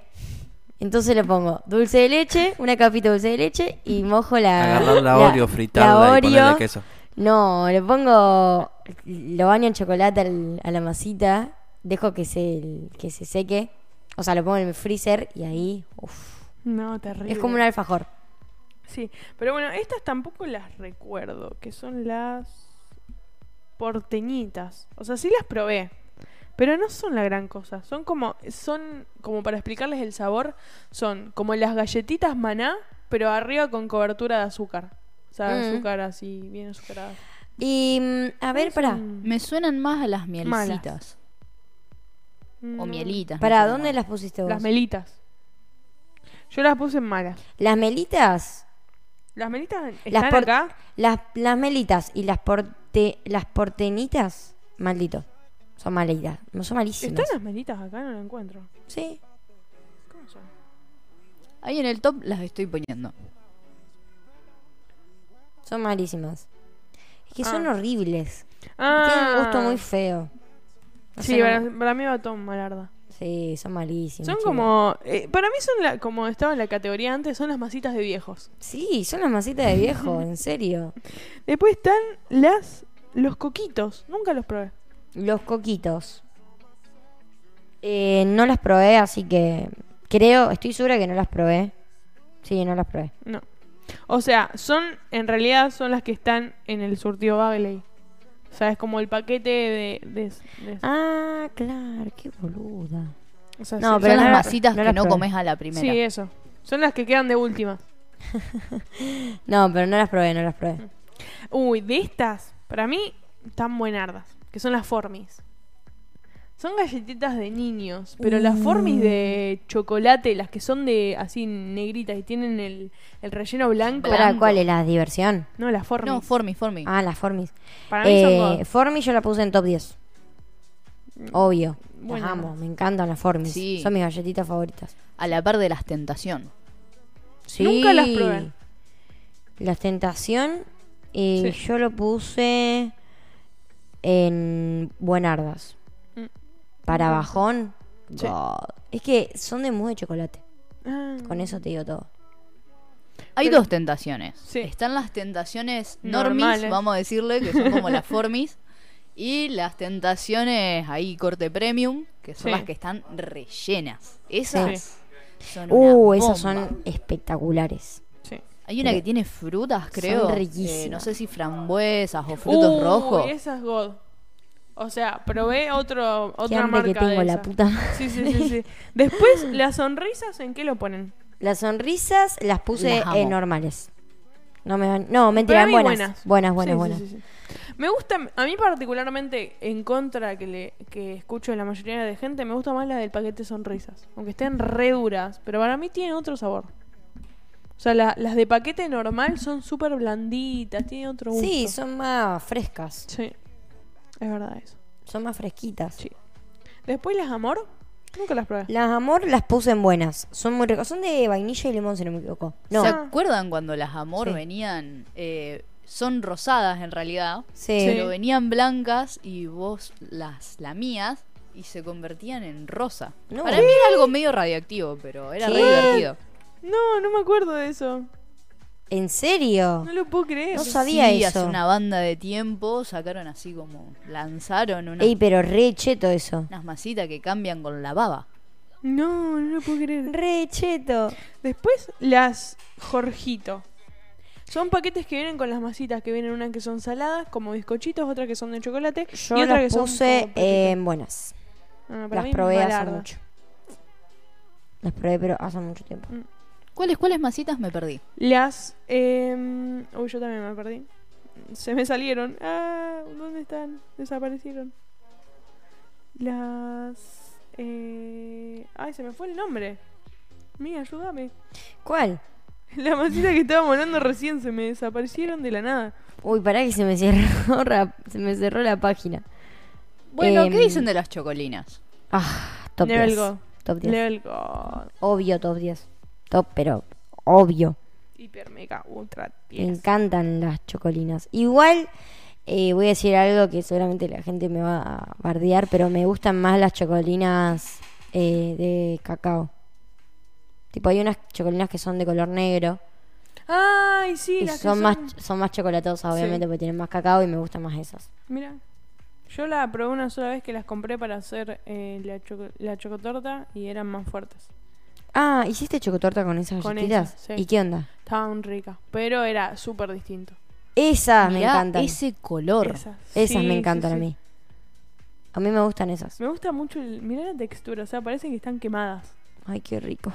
[SPEAKER 2] Entonces le pongo dulce de leche, una capita de dulce de leche y mojo la.
[SPEAKER 4] Agarrar la Oreo, fritarla y ponerle queso.
[SPEAKER 2] No, le pongo. Lo baño en chocolate al- a la masita, dejo que se, que se seque. O sea, lo pongo en el freezer y ahí. uf,
[SPEAKER 1] no, terrible.
[SPEAKER 2] es como un alfajor.
[SPEAKER 1] Sí, pero bueno, estas tampoco las recuerdo, que son las porteñitas. O sea, sí las probé, pero no son la gran cosa. Son como, son como para explicarles el sabor, son como las galletitas maná, pero arriba con cobertura de azúcar. O sea,
[SPEAKER 2] Mm.
[SPEAKER 1] azúcar así, bien azucarada.
[SPEAKER 2] [laughs] Y. mm, A ver, pará.
[SPEAKER 3] Me suenan más a las
[SPEAKER 1] Malas.
[SPEAKER 3] mielcitas. O
[SPEAKER 1] No,
[SPEAKER 3] mielitas. no
[SPEAKER 2] ¿Para
[SPEAKER 3] sé
[SPEAKER 2] Mm. dónde
[SPEAKER 3] cómo.
[SPEAKER 2] las pusiste vos?
[SPEAKER 1] Mm. Las melitas. Yo las puse en malas.
[SPEAKER 2] Las melitas.
[SPEAKER 1] Las melitas
[SPEAKER 2] Las
[SPEAKER 1] están
[SPEAKER 2] por-
[SPEAKER 1] acá.
[SPEAKER 2] Las, las melitas y las porte, las portenitas, maldito. Son malitas. No son malísimas.
[SPEAKER 1] ¿Están las melitas acá? No las encuentro.
[SPEAKER 2] Sí.
[SPEAKER 1] ¿Cómo son?
[SPEAKER 3] Ahí en el top las estoy poniendo.
[SPEAKER 2] Son malísimas. Es que son
[SPEAKER 1] Ah.
[SPEAKER 2] horribles.
[SPEAKER 1] Ah,
[SPEAKER 2] Tienen un gusto muy feo. O
[SPEAKER 1] Sí,
[SPEAKER 2] sea, no-
[SPEAKER 1] para, para mí va todo malarda.
[SPEAKER 2] Sí, son malísimos.
[SPEAKER 1] Son
[SPEAKER 2] chicos.
[SPEAKER 1] como. eh, para mí son, la- como estaba en la categoría antes, son las masitas de viejos.
[SPEAKER 2] Sí, son las masitas de viejo, en serio.
[SPEAKER 1] Después están las. Los coquitos. Nunca los probé.
[SPEAKER 2] Los coquitos. Eh, no las probé, así que creo, estoy segura que no las probé. Sí, no las probé.
[SPEAKER 1] No. O sea, son. En realidad son las que están en el surtido Bagley. O sea, es como el paquete de. de- de-
[SPEAKER 2] Ah, claro, qué boluda.
[SPEAKER 1] o sea,
[SPEAKER 2] no,
[SPEAKER 1] sí, son
[SPEAKER 2] pero
[SPEAKER 3] Son las
[SPEAKER 2] no la-
[SPEAKER 3] masitas
[SPEAKER 2] no
[SPEAKER 3] que
[SPEAKER 2] la
[SPEAKER 3] no
[SPEAKER 2] probé.
[SPEAKER 3] comes a la
[SPEAKER 1] las-
[SPEAKER 3] primera.
[SPEAKER 1] Sí, eso. Son las que quedan de última.
[SPEAKER 2] No, pero no las probé, no las probé.
[SPEAKER 1] Uy, de estas, para mí, tan buenardas, que son las Formis. Son galletitas de niños, pero
[SPEAKER 2] Uh.
[SPEAKER 1] las Formis de chocolate, las que son de así negritas y tienen el, el relleno blanco.
[SPEAKER 2] ¿Para cuál es la diversión?
[SPEAKER 1] No, las Formis.
[SPEAKER 3] No, Formi, Formi.
[SPEAKER 2] Ah, las Formis.
[SPEAKER 1] para mí son Mm,
[SPEAKER 2] Eh,
[SPEAKER 1] God.
[SPEAKER 2] Formis yo la puse en top 10. Obvio.
[SPEAKER 1] Bueno.
[SPEAKER 2] las amo, me encantan las Formis.
[SPEAKER 3] Sí.
[SPEAKER 2] Son mis galletitas favoritas.
[SPEAKER 3] A la par de las tentación.
[SPEAKER 1] Nunca las probé.
[SPEAKER 2] Las Tentación, eh,
[SPEAKER 1] Sí.
[SPEAKER 2] yo lo puse en Buenardas.
[SPEAKER 1] Mm.
[SPEAKER 2] Para bajón,
[SPEAKER 1] Sí.
[SPEAKER 2] God. es que son de mousse de chocolate.
[SPEAKER 1] Ah.
[SPEAKER 2] Con eso te digo todo.
[SPEAKER 3] Hay
[SPEAKER 1] Pero-
[SPEAKER 3] dos tentaciones.
[SPEAKER 1] Sí.
[SPEAKER 3] Están las tentaciones normis,
[SPEAKER 1] Normales.
[SPEAKER 3] vamos a decirle, que son
[SPEAKER 1] [laughs]
[SPEAKER 3] como las formis. Y las tentaciones ahí corte premium, que son
[SPEAKER 1] Sí.
[SPEAKER 3] las que están rellenas. Esas son una
[SPEAKER 2] Uh, esas
[SPEAKER 3] bomba.
[SPEAKER 2] son espectaculares.
[SPEAKER 1] Sí.
[SPEAKER 3] Hay una que tiene frutas, creo.
[SPEAKER 2] riquísimas.
[SPEAKER 3] Eh, no sé si frambuesas o frutos
[SPEAKER 1] Uy,
[SPEAKER 3] rojos.
[SPEAKER 1] Esas God. O sea, probé otro, otra
[SPEAKER 2] hambre que
[SPEAKER 1] marca.
[SPEAKER 2] tengo,
[SPEAKER 1] de
[SPEAKER 2] la
[SPEAKER 1] esas.
[SPEAKER 2] puta madre.
[SPEAKER 1] Sí, sí, sí, sí. Después, las sonrisas, ¿en qué lo ponen?
[SPEAKER 2] [laughs] Las sonrisas las puse
[SPEAKER 3] Las amo.
[SPEAKER 2] en normales. No me van. No, mentira,
[SPEAKER 1] Para
[SPEAKER 2] eran
[SPEAKER 1] mí,
[SPEAKER 2] buenas. Buenas, buenas,
[SPEAKER 1] Sí,
[SPEAKER 2] buenas.
[SPEAKER 1] sí, sí, sí. Me gusta, a mí particularmente, en contra que, le, que escucho de la mayoría de gente, me gusta más la del paquete sonrisas. Aunque estén re duras, pero para mí tienen otro sabor. O sea, la- las de paquete normal son súper blanditas, tienen otro gusto.
[SPEAKER 2] Sí, son más frescas.
[SPEAKER 1] Sí. Es verdad eso.
[SPEAKER 2] Son más fresquitas.
[SPEAKER 1] Sí. Después las amor, nunca las probé.
[SPEAKER 2] Las amor las puse en buenas. Son muy ricas. Son de vainilla y limón, si no me equivoco. No.
[SPEAKER 3] ¿Se acuerdan cuando las amor
[SPEAKER 2] Sí.
[SPEAKER 3] venían? eh, son rosadas en realidad.
[SPEAKER 2] Sí.
[SPEAKER 3] Pero venían blancas y vos las lamías y se convertían en rosa.
[SPEAKER 2] No.
[SPEAKER 3] Para mí era algo medio radioactivo, pero era re
[SPEAKER 2] ¿Qué?
[SPEAKER 3] divertido.
[SPEAKER 1] No, no me acuerdo de eso.
[SPEAKER 2] ¿En serio?
[SPEAKER 1] No lo puedo creer.
[SPEAKER 2] No sabía
[SPEAKER 3] Sí, hace
[SPEAKER 2] eso.
[SPEAKER 3] una banda de tiempo sacaron así como, lanzaron unas,
[SPEAKER 2] Ey, pero re cheto eso.
[SPEAKER 3] unas masitas que cambian con la baba.
[SPEAKER 1] No, no lo puedo creer.
[SPEAKER 2] Re cheto.
[SPEAKER 1] Después las Jorgito. Son paquetes que vienen con las masitas, que vienen unas que son saladas, como bizcochitos, otras que son de chocolate
[SPEAKER 2] Yo
[SPEAKER 1] y otras que
[SPEAKER 2] las
[SPEAKER 1] son
[SPEAKER 2] puse
[SPEAKER 1] como paquetes.
[SPEAKER 2] en buenas.
[SPEAKER 1] No, no, para
[SPEAKER 2] Las
[SPEAKER 1] mí
[SPEAKER 2] probé hace
[SPEAKER 1] malarda.
[SPEAKER 2] mucho. Las probé, pero hace mucho tiempo.
[SPEAKER 3] ¿Cuáles, cuáles masitas me perdí?
[SPEAKER 1] Las em, uy, yo también me perdí. Se me salieron. Ah, ¿dónde están? Desaparecieron. Las eh, ay, se me fue el nombre. Mira, ayúdame. [laughs]
[SPEAKER 2] ¿Cuál?
[SPEAKER 1] Las masitas que estábamos hablando recién se me desaparecieron de la nada.
[SPEAKER 2] Uy, pará que se me [laughs] cerró, rap- se me cerró la página.
[SPEAKER 3] Bueno, ¿qué
[SPEAKER 2] Em,
[SPEAKER 3] dicen de las chocolinas?
[SPEAKER 2] Ah, top
[SPEAKER 1] Level
[SPEAKER 2] 10.
[SPEAKER 1] go.
[SPEAKER 2] Top 10.
[SPEAKER 1] Level God.
[SPEAKER 2] Obvio top 10. Top, pero obvio.
[SPEAKER 1] Hiper mega ultra
[SPEAKER 2] Me
[SPEAKER 1] 10.
[SPEAKER 2] encantan las chocolinas. Igual eh, voy a decir algo que seguramente la gente me va a bardear, pero me gustan más las chocolinas eh, de cacao. Tipo, hay unas chocolinas que son de color negro
[SPEAKER 1] Ay, sí,
[SPEAKER 2] y
[SPEAKER 1] las que
[SPEAKER 2] son,
[SPEAKER 1] son
[SPEAKER 2] más son más chocolatosas,
[SPEAKER 1] Sí.
[SPEAKER 2] obviamente, porque tienen más cacao y me gustan más esas.
[SPEAKER 1] Mira. Yo la probé una sola vez que las compré para hacer eh, la, choco- la chocotorta y eran más fuertes.
[SPEAKER 2] Ah, ¿hiciste chocotorta con esas
[SPEAKER 1] Con
[SPEAKER 2] galletitas?
[SPEAKER 1] esas, sí.
[SPEAKER 2] ¿Y qué onda?
[SPEAKER 1] Estaban ricas, pero era súper distinto.
[SPEAKER 2] Esas Ah, me
[SPEAKER 3] Mirá
[SPEAKER 2] encantan.
[SPEAKER 3] ese color.
[SPEAKER 1] Esas,
[SPEAKER 2] Esas
[SPEAKER 1] Sí,
[SPEAKER 2] me
[SPEAKER 1] sí,
[SPEAKER 2] encantan
[SPEAKER 1] sí.
[SPEAKER 2] a mí. A mí me gustan esas.
[SPEAKER 1] Me gusta mucho, el, mirá la textura, o sea, parece que están quemadas.
[SPEAKER 2] Ay, qué rico.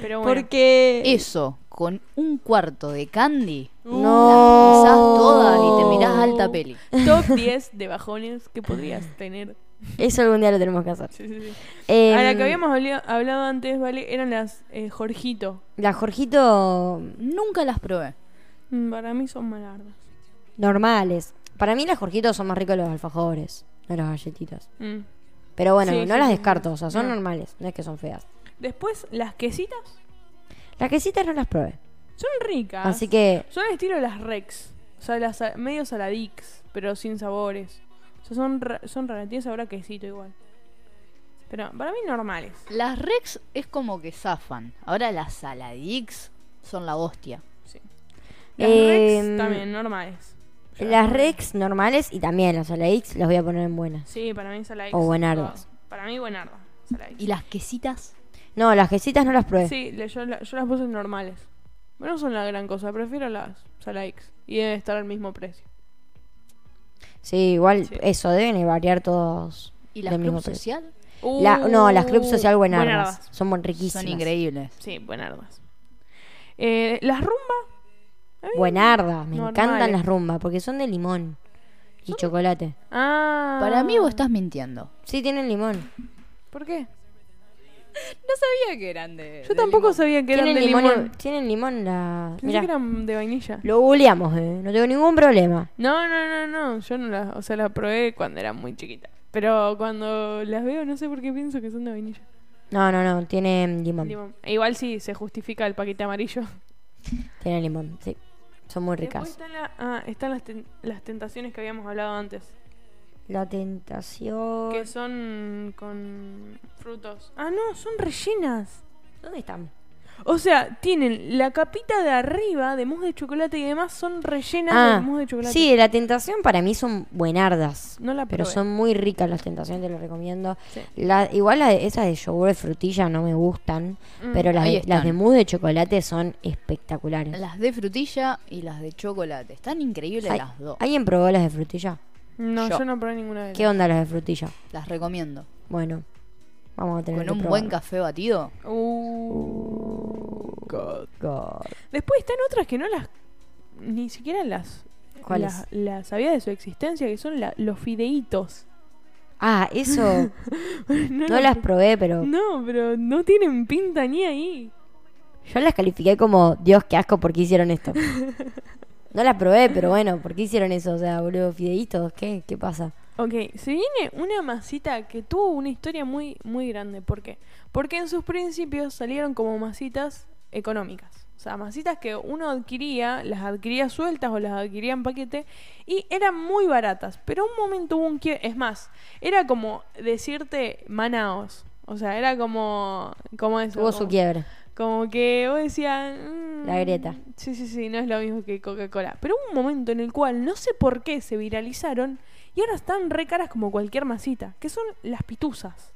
[SPEAKER 1] Pero bueno.
[SPEAKER 2] Porque...
[SPEAKER 3] Eso, con un cuarto de candy,
[SPEAKER 1] Uh,
[SPEAKER 2] No.
[SPEAKER 3] pisás
[SPEAKER 2] Oh.
[SPEAKER 3] toda y te mirás alta peli.
[SPEAKER 2] [laughs]
[SPEAKER 1] Top 10 de bajones que podrías tener.
[SPEAKER 2] Eso algún día lo tenemos que hacer.
[SPEAKER 1] Sí, sí, sí.
[SPEAKER 2] Em,
[SPEAKER 1] A la que habíamos hablado, hablado antes, ¿vale? Eran las eh, Jorgito.
[SPEAKER 2] La Jorgito
[SPEAKER 3] Nunca las probé.
[SPEAKER 1] Mm, Para mí son malardas.
[SPEAKER 2] normales. Para mí las Jorgitos son más ricos los alfajores, no las galletitas.
[SPEAKER 1] Mm.
[SPEAKER 2] Pero bueno,
[SPEAKER 1] Sí,
[SPEAKER 2] no
[SPEAKER 1] sí,
[SPEAKER 2] las
[SPEAKER 1] sí,
[SPEAKER 2] descarto, o sea, son
[SPEAKER 1] No.
[SPEAKER 2] normales, no es que son feas.
[SPEAKER 1] Después, las quesitas
[SPEAKER 2] Las quesitas no las probé.
[SPEAKER 1] son ricas.
[SPEAKER 2] Así que
[SPEAKER 1] Son al estilo las Rex. O sea, las sa- medio saladix, pero sin sabores. O sea, son, ra- son raras. Tienen sabor a quesito igual. Pero para mí normales.
[SPEAKER 3] Las Rex es como que zafan. Ahora las Saladix son la hostia.
[SPEAKER 1] Sí. Las Rex
[SPEAKER 2] Em,
[SPEAKER 1] también, normales.
[SPEAKER 2] Las Rex normales y también las Alaix las voy a poner en buenas.
[SPEAKER 1] Sí, para mí Salaix.
[SPEAKER 2] O buenardas.
[SPEAKER 1] todo. Para mí buenarda. Salaix.
[SPEAKER 3] ¿Y las quesitas?
[SPEAKER 2] No, las quesitas no las probé.
[SPEAKER 1] Sí, le- yo, la- yo las puse en normales. Pero no son la gran cosa, prefiero las Salaix. Y deben estar al mismo precio.
[SPEAKER 2] Sí, igual
[SPEAKER 1] Sí.
[SPEAKER 2] eso, deben variar todos.
[SPEAKER 3] ¿Y las
[SPEAKER 2] del mismo
[SPEAKER 3] club
[SPEAKER 2] precio.
[SPEAKER 3] social?
[SPEAKER 2] La- no, las club social buenardas.
[SPEAKER 1] Uh, buenardas.
[SPEAKER 2] Son buen- riquísimas.
[SPEAKER 3] Son increíbles.
[SPEAKER 1] Sí, buenardas. Eh, las rumba. Ay,
[SPEAKER 2] Buenardas, me
[SPEAKER 1] normales.
[SPEAKER 2] encantan las rumbas porque son de limón y chocolate.
[SPEAKER 1] Ah.
[SPEAKER 3] Para mí vos estás mintiendo.
[SPEAKER 2] Sí, tienen limón.
[SPEAKER 1] ¿Por qué?
[SPEAKER 3] No sabía que eran de.
[SPEAKER 1] Yo tampoco sabía que eran de
[SPEAKER 2] tienen
[SPEAKER 1] limón.
[SPEAKER 2] y- Tienen limón la.
[SPEAKER 1] Pensé
[SPEAKER 2] Mirá,
[SPEAKER 1] que eran de vainilla.
[SPEAKER 2] lo googleamos, eh. No tengo ningún problema.
[SPEAKER 1] No, no, no, no. Yo no las. O sea, las probé cuando era muy chiquita. Pero cuando las veo, no sé por qué pienso que son de vainilla.
[SPEAKER 2] No, no, no, tienen limón.
[SPEAKER 1] Limón. E igual sí, se justifica el paquete amarillo.
[SPEAKER 2] Tienen limón, sí. Son muy
[SPEAKER 1] Después
[SPEAKER 2] ricas.
[SPEAKER 1] están, la- ah, están las, ten- las tentaciones que habíamos hablado antes.
[SPEAKER 2] La tentación.
[SPEAKER 1] Que son con frutos. Ah, no, son rellenas.
[SPEAKER 2] ¿Dónde están?
[SPEAKER 1] O sea, tienen la capita de arriba de mousse de chocolate y demás son rellenas de mousse de chocolate.
[SPEAKER 2] Ah,
[SPEAKER 1] Ah,
[SPEAKER 2] sí, la tentación para mí son buenardas.
[SPEAKER 1] No la
[SPEAKER 2] Pero
[SPEAKER 1] probé.
[SPEAKER 2] son muy ricas las tentaciones, te lo recomiendo.
[SPEAKER 1] Sí.
[SPEAKER 2] La- igual las de- esas de yogur de frutilla no me gustan,
[SPEAKER 1] Mm,
[SPEAKER 2] pero las
[SPEAKER 3] ahí
[SPEAKER 2] de, las
[SPEAKER 3] están.
[SPEAKER 2] de mousse de chocolate son espectaculares.
[SPEAKER 3] Las de frutilla y las de chocolate. Están increíbles
[SPEAKER 2] Ay,
[SPEAKER 3] las dos.
[SPEAKER 2] ¿Alguien probó las de frutilla?
[SPEAKER 1] No, yo.
[SPEAKER 3] Yo.
[SPEAKER 1] no probé ninguna de
[SPEAKER 2] ¿Qué
[SPEAKER 1] ellas.
[SPEAKER 2] onda las de frutilla?
[SPEAKER 3] Las recomiendo.
[SPEAKER 2] Bueno, vamos a tener
[SPEAKER 3] Con
[SPEAKER 2] que
[SPEAKER 3] un
[SPEAKER 2] probar.
[SPEAKER 3] buen café batido.
[SPEAKER 1] Uh,
[SPEAKER 2] God.
[SPEAKER 1] Después están otras que no las. Ni siquiera las.
[SPEAKER 2] ¿Cuáles?
[SPEAKER 1] Las, las sabía de su existencia, que son la- los fideitos. [laughs]
[SPEAKER 2] Ah, eso
[SPEAKER 1] no
[SPEAKER 2] no las probé, pero
[SPEAKER 1] No, pero no tienen pinta ni ahí.
[SPEAKER 2] yo las califiqué como Dios, qué asco, ¿por qué
[SPEAKER 1] [laughs]
[SPEAKER 2] hicieron esto? No las probé, pero bueno, ¿por qué hicieron eso? O sea, boludo, fideitos, ¿qué? ¿Qué pasa?
[SPEAKER 1] Ok, se viene una masita que tuvo una historia muy, muy grande. ¿Por qué? Porque en sus principios salieron como masitas económicas. O sea, masitas que uno adquiría, las adquiría sueltas o las adquiría en paquete y eran muy baratas. Pero un momento hubo un quie- Es más, era como decirte Manaos. O sea, era como. como eso.
[SPEAKER 2] Tuvo su
[SPEAKER 1] como-
[SPEAKER 2] quiebre.
[SPEAKER 1] como que vos decías. mm,
[SPEAKER 2] La grieta.
[SPEAKER 1] Sí, sí, sí, no es lo mismo que Coca-Cola. Pero hubo un momento en el cual no sé por qué se viralizaron y ahora están re caras como cualquier masita, que son las pituzas.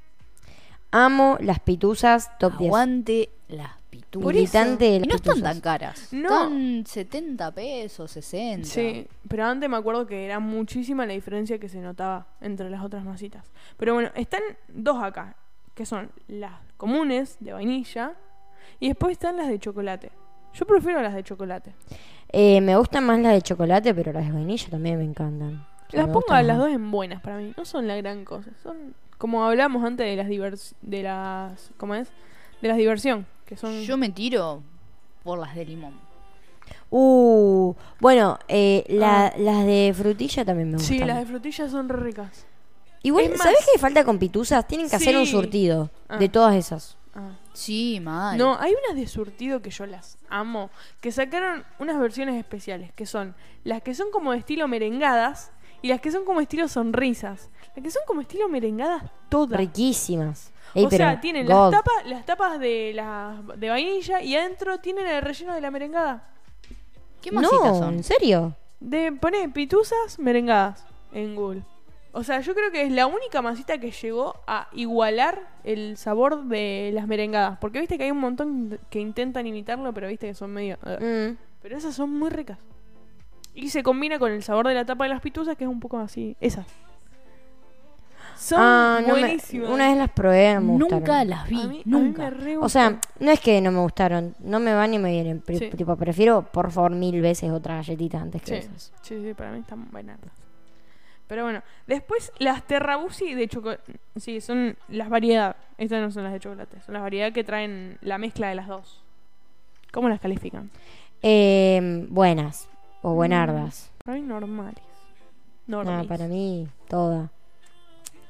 [SPEAKER 2] Amo las pituzas top 10.
[SPEAKER 3] Aguante las pituras.
[SPEAKER 2] Militante de
[SPEAKER 3] Y
[SPEAKER 2] las
[SPEAKER 3] no están
[SPEAKER 2] pituzas.
[SPEAKER 3] tan caras.
[SPEAKER 1] No.
[SPEAKER 3] Están 70 pesos, 60.
[SPEAKER 1] Sí, pero antes me acuerdo que era muchísima la diferencia que se notaba entre las otras masitas. Pero bueno, están dos acá, que son las comunes de vainilla y después están las de chocolate. Yo prefiero las de chocolate.
[SPEAKER 2] Eh, me gustan más las de chocolate, pero las de vainilla también me encantan. O sea,
[SPEAKER 1] Las
[SPEAKER 2] me
[SPEAKER 1] pongo
[SPEAKER 2] gustan
[SPEAKER 1] a las
[SPEAKER 2] más.
[SPEAKER 1] dos en buenas para mí. No son la gran cosa. Son como hablamos antes de las divers de las ¿cómo es? De las diversión, que son
[SPEAKER 3] Yo me tiro por las de limón.
[SPEAKER 2] Uh, bueno, eh, la-
[SPEAKER 1] Ah.
[SPEAKER 2] las de frutilla también me gustan.
[SPEAKER 1] Sí, las de frutillas son re ricas.
[SPEAKER 2] Igual,
[SPEAKER 1] Es más-
[SPEAKER 2] ¿sabés qué falta con pituzas? Tienen que hacer un
[SPEAKER 1] Sí.
[SPEAKER 2] surtido de
[SPEAKER 1] Ah.
[SPEAKER 2] todas esas.
[SPEAKER 1] Ah.
[SPEAKER 3] Sí, mal.
[SPEAKER 1] No, hay unas de surtido que yo las amo, que sacaron unas versiones especiales, que son las que son como de estilo merengadas y las que son como estilo sonrisas. Las que son como estilo merengadas todas.
[SPEAKER 2] Riquísimas. Ey,
[SPEAKER 1] o
[SPEAKER 2] pero,
[SPEAKER 1] sea, tienen
[SPEAKER 2] God.
[SPEAKER 1] las tapas, las tapas de las de vainilla y adentro tienen el relleno de la merengada.
[SPEAKER 3] ¿Qué masitas
[SPEAKER 2] No,
[SPEAKER 3] son?
[SPEAKER 2] ¿en serio?
[SPEAKER 1] De poner pituzas merengadas en Google. O sea, yo creo que es la única masita que llegó a igualar el sabor de las merengadas. Porque viste que hay un montón que intentan imitarlo, pero viste que son medio. uh.
[SPEAKER 2] Mm.
[SPEAKER 1] Pero esas son muy ricas. Y se combina con el sabor de la tapa de las pituzas, que es un poco así. Esas. Son
[SPEAKER 2] Ah, no me-
[SPEAKER 1] buenísimas.
[SPEAKER 2] una vez las probé, no me
[SPEAKER 3] Nunca
[SPEAKER 2] gustaron.
[SPEAKER 3] las vi,
[SPEAKER 1] A mí- a mí
[SPEAKER 3] nunca.
[SPEAKER 1] me re
[SPEAKER 2] O sea,
[SPEAKER 1] gustan.
[SPEAKER 2] no es que no me gustaron, no me van ni me vienen. Pri-
[SPEAKER 1] Sí.
[SPEAKER 2] Tipo, prefiero, por favor, mil veces otra galletita antes que
[SPEAKER 1] Sí,
[SPEAKER 2] esas.
[SPEAKER 1] sí, sí, para mí están buenas. Pero bueno, después las terrabusi de chocolate. Sí, son las variedad. Estas no son las de chocolate, son las variedad que traen la mezcla de las dos. ¿Cómo las califican?
[SPEAKER 2] Eh, buenas o buenardas.
[SPEAKER 1] Para mí normales.
[SPEAKER 2] No,
[SPEAKER 1] Normales.
[SPEAKER 2] para mí, toda.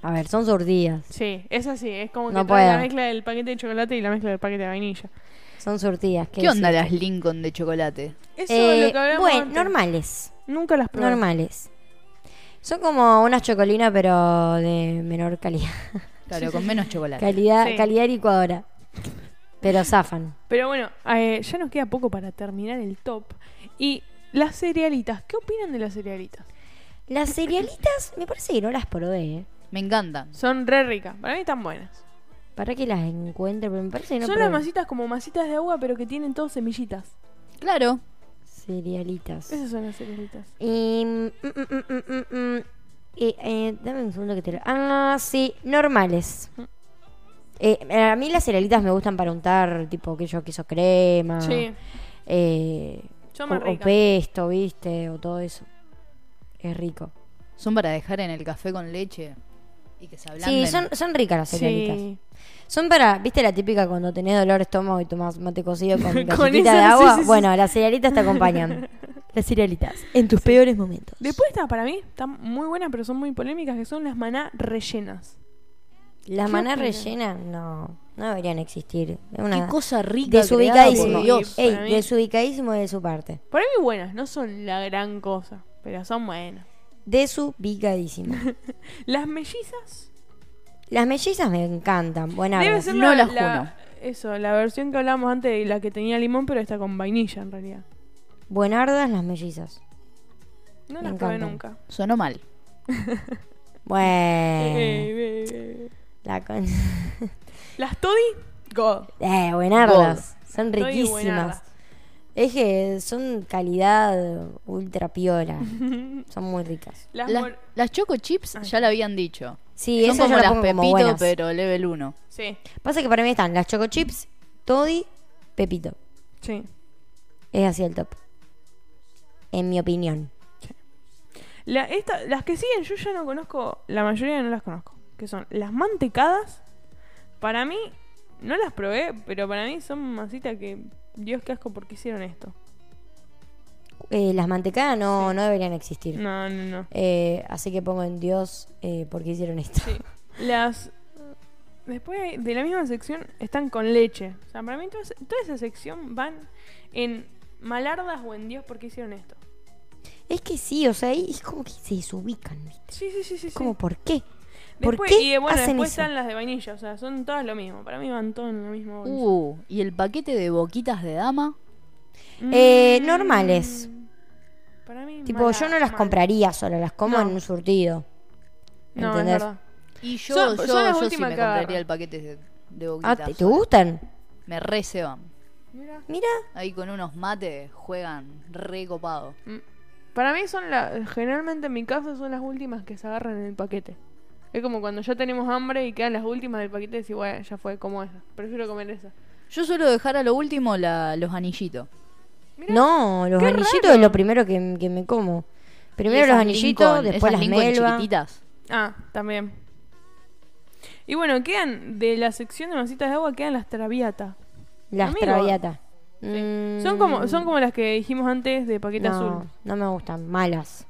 [SPEAKER 2] A ver, son surtidas.
[SPEAKER 1] Sí, es así, es como que
[SPEAKER 2] No
[SPEAKER 1] trae la
[SPEAKER 2] puedo.
[SPEAKER 1] mezcla del paquete de chocolate y la mezcla del paquete de vainilla.
[SPEAKER 2] Son surtidas.
[SPEAKER 3] ¿Qué onda
[SPEAKER 2] decirte?
[SPEAKER 3] las Lincoln de chocolate?
[SPEAKER 1] Eso
[SPEAKER 2] Eh,
[SPEAKER 1] es lo que hablamos.
[SPEAKER 2] bueno,
[SPEAKER 1] antes.
[SPEAKER 2] normales.
[SPEAKER 1] Nunca las probé. [laughs]
[SPEAKER 2] Normales. Son como unas chocolinas, pero de menor calidad.
[SPEAKER 3] Claro, con menos chocolate.
[SPEAKER 2] Calidad,
[SPEAKER 1] Sí.
[SPEAKER 2] calidad licuadora. Pero zafan.
[SPEAKER 1] Pero bueno, eh, ya nos queda poco para terminar el top. Y las cerealitas, ¿qué opinan de las cerealitas?
[SPEAKER 2] Las cerealitas, me parece que no las probé, ¿eh?
[SPEAKER 3] Me encantan.
[SPEAKER 1] Son re ricas, para mí están buenas.
[SPEAKER 2] Para que las encuentre, pero me parece que no
[SPEAKER 1] Son
[SPEAKER 2] probé.
[SPEAKER 1] las masitas como masitas de agua, pero que tienen todos semillitas.
[SPEAKER 3] Claro.
[SPEAKER 2] Cerealitas.
[SPEAKER 1] Esas son las cerealitas.
[SPEAKER 2] Y, mm, mm, mm, mm, mm, mm. Eh, eh, dame un segundo que te lo... Ah, sí, normales.
[SPEAKER 1] Mm.
[SPEAKER 2] Eh, a mí las cerealitas me gustan para untar, tipo, que yo queso crema.
[SPEAKER 1] Sí,
[SPEAKER 2] eh,
[SPEAKER 1] son
[SPEAKER 2] Ah. o,
[SPEAKER 1] más
[SPEAKER 2] o
[SPEAKER 1] ricas.
[SPEAKER 2] pesto, viste, o todo eso. Es rico.
[SPEAKER 3] Son para dejar en el café con leche y que se ablanden.
[SPEAKER 2] Sí, son, son ricas las cerealitas.
[SPEAKER 1] Sí.
[SPEAKER 2] Son para, viste la típica cuando tenés dolor de estómago y tomás mate cocido
[SPEAKER 1] [laughs]
[SPEAKER 2] con galletita
[SPEAKER 1] esas,
[SPEAKER 2] de
[SPEAKER 1] sí,
[SPEAKER 2] agua.
[SPEAKER 1] sí, sí.
[SPEAKER 2] Bueno, las cerealitas
[SPEAKER 1] [laughs]
[SPEAKER 2] te acompañan. las cerealitas. En tus peores momentos.
[SPEAKER 1] Después está, para mí, están muy buenas, pero son muy polémicas, que son las maná rellenas.
[SPEAKER 2] Las
[SPEAKER 1] ¿Qué
[SPEAKER 2] maná
[SPEAKER 1] opinan?
[SPEAKER 2] rellenas, no, no deberían existir. Es
[SPEAKER 3] Qué
[SPEAKER 2] una
[SPEAKER 3] cosa rica. creada por
[SPEAKER 2] desubicadísimo.
[SPEAKER 1] Sí,
[SPEAKER 3] Dios.
[SPEAKER 2] Ey,
[SPEAKER 1] para mí.
[SPEAKER 2] desubicadísimo de su parte.
[SPEAKER 1] Para mí buenas, no son la gran cosa, pero son buenas. [laughs]
[SPEAKER 2] Desubicadísimo.
[SPEAKER 1] Las mellizas
[SPEAKER 2] las mellizas me encantan. Buena
[SPEAKER 1] debe
[SPEAKER 2] onda.
[SPEAKER 1] ser
[SPEAKER 3] no
[SPEAKER 1] la,
[SPEAKER 3] las
[SPEAKER 1] la-
[SPEAKER 3] juno.
[SPEAKER 1] eso, la versión que hablábamos antes de la que tenía limón, pero está con vainilla en realidad.
[SPEAKER 2] Buenardas las mellizas.
[SPEAKER 1] No
[SPEAKER 2] Me
[SPEAKER 1] las probé
[SPEAKER 2] encantan.
[SPEAKER 1] nunca.
[SPEAKER 3] Sonó mal.
[SPEAKER 2] Bueno.
[SPEAKER 1] Eh, eh, eh.
[SPEAKER 2] la con-
[SPEAKER 1] Las toddy, god.
[SPEAKER 2] [laughs] eh, buenardas. Son
[SPEAKER 1] Toddy
[SPEAKER 2] riquísimas.
[SPEAKER 1] buenardas.
[SPEAKER 2] Es que son calidad ultra piola. Son muy ricas.
[SPEAKER 1] [laughs] Las Ah.
[SPEAKER 3] Las,
[SPEAKER 1] mor-
[SPEAKER 3] las Choco Chips
[SPEAKER 1] Ay.
[SPEAKER 3] ya la habían dicho.
[SPEAKER 2] Sí,
[SPEAKER 3] son
[SPEAKER 2] eso
[SPEAKER 3] como
[SPEAKER 2] yo las
[SPEAKER 3] las
[SPEAKER 2] pongo como
[SPEAKER 3] Pepito,
[SPEAKER 2] buenas.
[SPEAKER 3] pero level 1.
[SPEAKER 1] sí,
[SPEAKER 2] Pasa que para mí están las Choco Chips, Toddy, Pepito.
[SPEAKER 1] sí.
[SPEAKER 2] Es así el top. En mi opinión.
[SPEAKER 1] La- esta- las que siguen yo ya no conozco, la mayoría no las conozco. Que son las mantecadas. Para mí, no las probé, pero para mí son masitas que... Dios, qué asco, ¿por qué hicieron esto?
[SPEAKER 2] Eh, las mantecadas no, no deberían existir.
[SPEAKER 1] No, no, no.
[SPEAKER 2] Eh, así que pongo en Dios eh, por qué hicieron esto.
[SPEAKER 1] Sí. Las. Después hay- de la misma sección están con leche. O sea, para mí todas- toda esa sección van en malardas o en Dios porque hicieron esto.
[SPEAKER 2] Es que sí, o sea, ahí es como que se desubican. ¿viste?
[SPEAKER 1] Sí, sí, sí, sí.
[SPEAKER 2] Es
[SPEAKER 1] sí.
[SPEAKER 2] como, ¿por qué? ¿Por
[SPEAKER 1] Después,
[SPEAKER 2] qué
[SPEAKER 1] y eh, bueno,
[SPEAKER 2] hacen
[SPEAKER 1] después
[SPEAKER 2] eso?
[SPEAKER 1] están las de vainilla. O sea, son todas lo mismo. Para mí van todas en lo mismo. bolso.
[SPEAKER 3] Uh, y el paquete de boquitas de dama.
[SPEAKER 2] Eh,
[SPEAKER 1] Mm.
[SPEAKER 2] normales.
[SPEAKER 1] Para mí.
[SPEAKER 2] Tipo,
[SPEAKER 1] mala-
[SPEAKER 2] yo no las
[SPEAKER 1] mal.
[SPEAKER 2] compraría solo, las como
[SPEAKER 1] No.
[SPEAKER 2] en un surtido.
[SPEAKER 1] No,
[SPEAKER 2] ¿entendés?
[SPEAKER 1] es verdad.
[SPEAKER 3] Y yo,
[SPEAKER 1] Son-
[SPEAKER 3] yo,
[SPEAKER 1] son las
[SPEAKER 3] yo sí
[SPEAKER 1] últimas
[SPEAKER 3] me
[SPEAKER 1] que agarro.
[SPEAKER 3] compraría el paquete de, de
[SPEAKER 2] Ah,
[SPEAKER 3] boquitas.
[SPEAKER 2] ¿te, te gustan?
[SPEAKER 3] Me re se van.
[SPEAKER 1] Mira.
[SPEAKER 2] Mira,
[SPEAKER 3] Ahí con unos mates juegan re copado.
[SPEAKER 1] Mm. Para mí son las. Generalmente en mi casa son las últimas que se agarran en el paquete. Es como cuando ya tenemos hambre y quedan las últimas del paquete y decís, bueno, ya fue como esa. Prefiero comer esa.
[SPEAKER 3] Yo suelo dejar a lo último la- los anillitos.
[SPEAKER 1] Mirá.
[SPEAKER 2] no, los
[SPEAKER 1] qué
[SPEAKER 2] anillitos
[SPEAKER 1] raro.
[SPEAKER 2] es lo primero que, que me como. Primero
[SPEAKER 3] Esas
[SPEAKER 2] los anillitos,
[SPEAKER 3] Lincoln-
[SPEAKER 2] después
[SPEAKER 3] esas
[SPEAKER 2] las
[SPEAKER 3] Lincoln
[SPEAKER 2] melvas.
[SPEAKER 3] chiquititas.
[SPEAKER 1] Ah, también. Y bueno, quedan de la sección de masitas de agua, quedan las traviatas.
[SPEAKER 2] Las
[SPEAKER 1] Amigo.
[SPEAKER 2] traviatas.
[SPEAKER 1] Sí.
[SPEAKER 2] Mm,
[SPEAKER 1] Son, como, son como las que dijimos antes de paquete
[SPEAKER 2] no,
[SPEAKER 1] azul.
[SPEAKER 2] No me gustan, malas.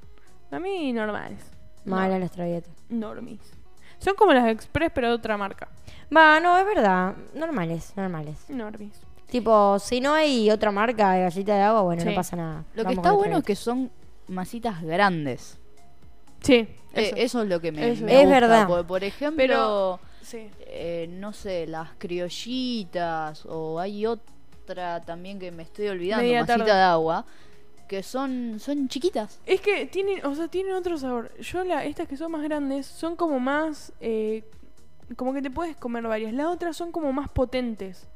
[SPEAKER 1] A mí normales.
[SPEAKER 2] Malas las travietas.
[SPEAKER 1] Normis. Son como las Express, pero de otra marca.
[SPEAKER 2] Va, no, es verdad. Normales, normales.
[SPEAKER 1] Normis.
[SPEAKER 2] Tipo, si no hay otra marca de galleta de agua, bueno,
[SPEAKER 1] Sí.
[SPEAKER 2] no pasa nada.
[SPEAKER 3] Lo que
[SPEAKER 2] Vamos
[SPEAKER 3] está
[SPEAKER 2] con
[SPEAKER 3] bueno es
[SPEAKER 2] otra
[SPEAKER 3] que son masitas grandes.
[SPEAKER 1] Sí.
[SPEAKER 3] Eh,
[SPEAKER 1] Eso.
[SPEAKER 3] Eso, es lo que me,
[SPEAKER 1] Eso.
[SPEAKER 3] me
[SPEAKER 2] Es
[SPEAKER 3] gusta.
[SPEAKER 2] verdad.
[SPEAKER 3] Por, por ejemplo,
[SPEAKER 1] Pero- sí.
[SPEAKER 3] eh, no sé, las criollitas o hay otra también que me estoy olvidando,
[SPEAKER 1] Media
[SPEAKER 3] masita
[SPEAKER 1] tarde.
[SPEAKER 3] de agua, que son, son chiquitas.
[SPEAKER 1] Es que tienen, o sea, tienen otro sabor. Yo la, estas que son más grandes son como más, eh, como que te puedes comer varias. Las otras son como más potentes.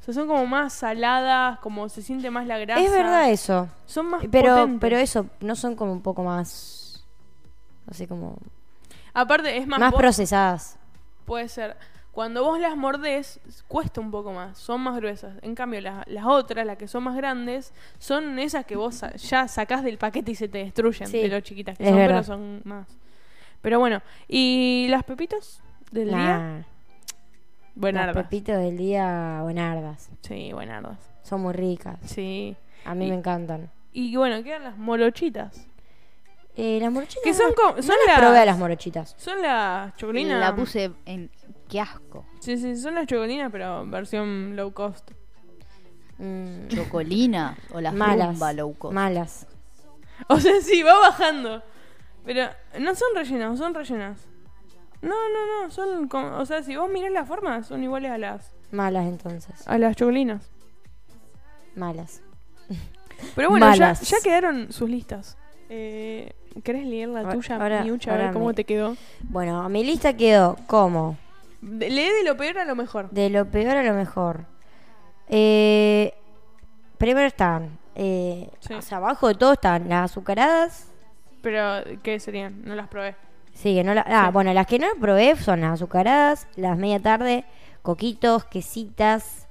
[SPEAKER 1] O sea, son como más saladas, como se siente más la grasa.
[SPEAKER 2] Es verdad eso.
[SPEAKER 1] Son más
[SPEAKER 2] Pero,
[SPEAKER 1] potentes.
[SPEAKER 2] pero eso, no son como un poco más. No sé, como.
[SPEAKER 1] Aparte es más,
[SPEAKER 2] Más
[SPEAKER 1] vos-
[SPEAKER 2] procesadas.
[SPEAKER 1] puede ser. Cuando vos las mordés, cuesta un poco más, son más gruesas. En cambio, las, las otras, las que son más grandes, son esas que vos sa- ya sacás del paquete y se te destruyen
[SPEAKER 2] Sí,
[SPEAKER 1] de lo chiquitas que
[SPEAKER 2] es
[SPEAKER 1] son, pero
[SPEAKER 2] verdad.
[SPEAKER 1] son más. Pero bueno, ¿y las pepitas del día?
[SPEAKER 2] Nah, Las
[SPEAKER 1] Buenardas.
[SPEAKER 2] pepitos del día buenardas.
[SPEAKER 1] Sí, buenardas.
[SPEAKER 2] Son muy ricas.
[SPEAKER 1] Sí.
[SPEAKER 2] A mí
[SPEAKER 1] Y-
[SPEAKER 2] me encantan.
[SPEAKER 1] Y bueno, quedan las morochitas.
[SPEAKER 2] Eh, las morochitas.
[SPEAKER 1] Que son
[SPEAKER 2] no-
[SPEAKER 1] co-
[SPEAKER 2] no
[SPEAKER 1] son
[SPEAKER 2] las probé a
[SPEAKER 1] las-
[SPEAKER 2] las morochitas.
[SPEAKER 1] Son las chocolinas.
[SPEAKER 3] La puse en... ¡Qué asco!
[SPEAKER 1] Sí, sí, son las chocolinas, pero versión low cost.
[SPEAKER 2] Mm,
[SPEAKER 3] Chocolina o las
[SPEAKER 2] malas.
[SPEAKER 3] rumba low cost.
[SPEAKER 2] Malas.
[SPEAKER 1] O sea, sí, va bajando. Pero no son rellenas, son rellenas. No, no, no, son, como- o sea, si vos mirás las formas, son iguales a las
[SPEAKER 2] Malas entonces.
[SPEAKER 1] a las chocolinas.
[SPEAKER 2] Malas.
[SPEAKER 1] Pero bueno, ya,
[SPEAKER 2] Malas.
[SPEAKER 1] ya quedaron sus listas. Eh, ¿Querés leer la
[SPEAKER 2] Ahora-
[SPEAKER 1] tuya,
[SPEAKER 2] ahora-
[SPEAKER 1] Miucha? A ver
[SPEAKER 2] ahora
[SPEAKER 1] cómo
[SPEAKER 2] me-
[SPEAKER 1] te quedó.
[SPEAKER 2] Bueno, mi lista quedó como
[SPEAKER 1] De- Lee de lo peor a lo mejor.
[SPEAKER 2] de lo peor a lo mejor. Eh, primero están, eh,
[SPEAKER 1] Sí.
[SPEAKER 2] o sea, abajo de todo están las azucaradas.
[SPEAKER 1] Pero, ¿qué serían? No las probé.
[SPEAKER 2] Sí, que no la- ah,
[SPEAKER 1] Sí.
[SPEAKER 2] bueno, las que no probé son las azucaradas, las media tarde, coquitos, quesitas,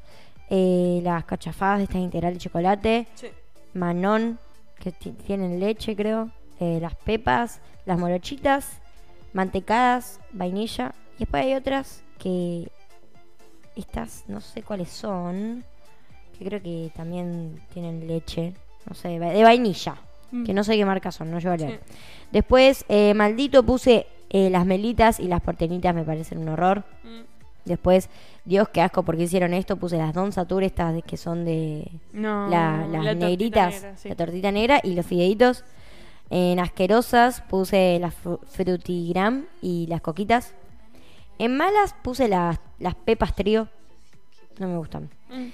[SPEAKER 2] eh, las cachafadas de estas integral de chocolate,
[SPEAKER 1] Sí.
[SPEAKER 2] manón, que ti- tienen leche, creo, eh, las pepas, las morochitas, mantecadas, vainilla. Y después hay otras que. Estas, no sé cuáles son, que creo que también tienen leche, no sé, va- de vainilla.
[SPEAKER 1] Mm.
[SPEAKER 2] Que no sé qué marca son, no llevo a leer.
[SPEAKER 1] Sí.
[SPEAKER 2] Después, eh, maldito, puse eh, las melitas y las portenitas, me parecen un horror.
[SPEAKER 1] Mm.
[SPEAKER 2] Después, Dios, qué asco, porque hicieron esto? Puse las Don Satur, estas de- que son de
[SPEAKER 1] No. Ah,
[SPEAKER 2] la- las
[SPEAKER 1] la tortita
[SPEAKER 2] negritas,
[SPEAKER 1] negra, sí.
[SPEAKER 2] la tortita negra y los fideitos. En asquerosas puse las fru- frutigram y las coquitas. En malas puse las, las pepas trío. No me gustan.
[SPEAKER 1] Mm.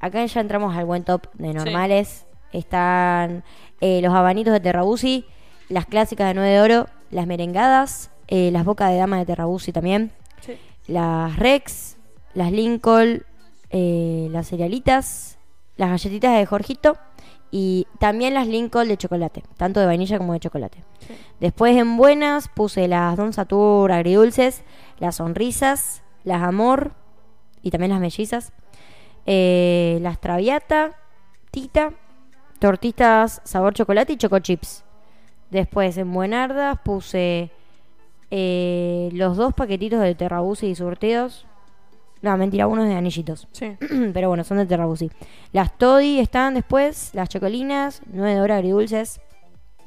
[SPEAKER 2] Acá ya entramos al buen top de normales. Están eh, los habanitos de Terrabusi, las clásicas de 9 de oro, las merengadas, eh, las bocas de dama de Terrabusi también,
[SPEAKER 1] Sí.
[SPEAKER 2] las Rex, las Lincoln, eh, las cerealitas, las galletitas de Jorgito y también las Lincoln de chocolate, tanto de vainilla como de chocolate.
[SPEAKER 1] Sí.
[SPEAKER 2] Después en buenas puse las Don Satur agridulces, las sonrisas, las amor y también las mellizas, eh, las traviata, tita, tortitas sabor chocolate y choco chips. Después en buenardas puse eh, los dos paquetitos de terrabusi y surtidos. No, mentira, unos de anillitos. [clears throat]
[SPEAKER 1] Sí.
[SPEAKER 2] Pero bueno, son de Terrabusi. Las Toddy están después, las chocolinas, 9 de hora agridulces,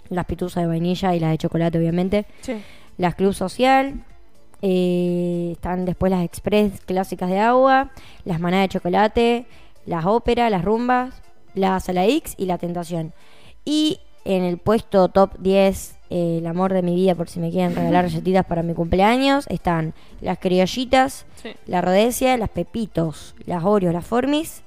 [SPEAKER 2] las pituzas de vainilla y las de chocolate, obviamente.
[SPEAKER 1] Sí.
[SPEAKER 2] Las Club Social, eh, están después las Express clásicas de agua, las manadas de chocolate, las ópera, las rumbas, las Saladix y la Tentación. Y en el puesto top 10, eh, el amor de mi vida, por si me quieren regalar galletitas para mi cumpleaños, están las criollitas,
[SPEAKER 1] Sí.
[SPEAKER 2] la Rodesia, las Pepitos, las Oreos, las Formis.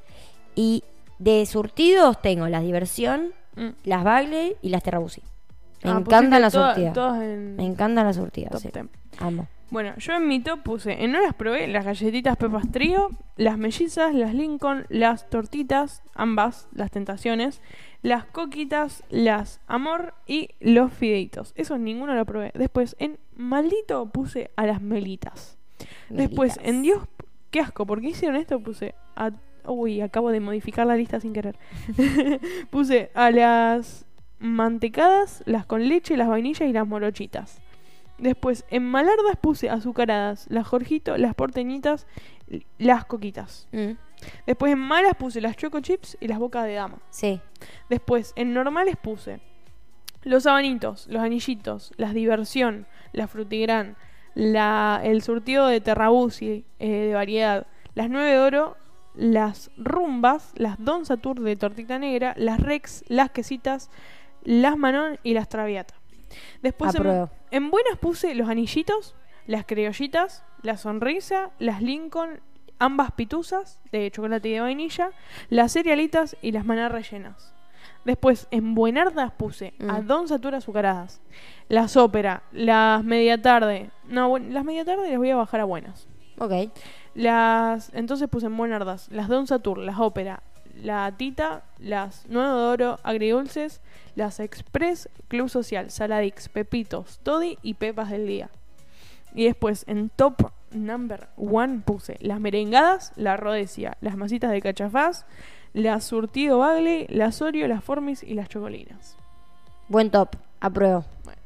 [SPEAKER 2] Y de surtidos tengo las Diversión,
[SPEAKER 1] Mm.
[SPEAKER 2] las Bagley y las Terrabusi. Me
[SPEAKER 1] Ah, pusiste
[SPEAKER 2] encantan las
[SPEAKER 1] toda-
[SPEAKER 2] surtidas.
[SPEAKER 1] todas en
[SPEAKER 2] Me encantan las surtidas.
[SPEAKER 1] top
[SPEAKER 2] sí.
[SPEAKER 1] ten.
[SPEAKER 2] Amo.
[SPEAKER 1] Bueno, yo en mi top puse, en horas probé las galletitas Pepas Trío, las mellizas, las Lincoln, las tortitas, ambas, las tentaciones, las coquitas, las amor y los fideitos. Eso ninguno lo probé. Después en maldito puse a las melitas. Después
[SPEAKER 2] Militas.
[SPEAKER 1] en Dios, qué asco, ¿por qué hicieron esto? Puse a... Uy, acabo de modificar la lista sin querer. puse a las mantecadas, las con leche, las vainillas y las morochitas. Después, en malardas puse azucaradas, las jorjito, las porteñitas, l- las coquitas.
[SPEAKER 2] Mm,
[SPEAKER 1] Después en malas puse las choco chips y las bocas de dama.
[SPEAKER 2] sí.
[SPEAKER 1] Después, en normales puse los abanitos, los anillitos, las diversión, la frutigrán, la, el surtido de terrabusi eh, de variedad, las nueve de oro, las rumbas, las don satur de tortita negra, las rex, las quesitas, las manón y las traviata. Después en,
[SPEAKER 2] Apruebo.
[SPEAKER 1] en buenas puse los anillitos, las criollitas, la sonrisa, las Lincoln, ambas pituzas de chocolate y de vainilla, las cerealitas y las maná rellenas. Después, en Buenardas puse
[SPEAKER 2] Mm.
[SPEAKER 1] a Don Satura Azucaradas, las ópera, las media tarde. No, buen- las media tarde las voy a bajar a buenas.
[SPEAKER 2] Ok.
[SPEAKER 1] Las. Entonces puse en Buenardas, las Don Satur, las ópera, la Tita, las Nuevo de Oro, Agridulces, las Express, Club Social, Saladix, Pepitos, Toddy y Pepas del Día. Y después en top number one puse las merengadas, la rodesia, las masitas de cachafaz, las surtido bagley, las oreo, las formis y las chocolinas.
[SPEAKER 2] Buen top. Apruebo.
[SPEAKER 1] Bueno.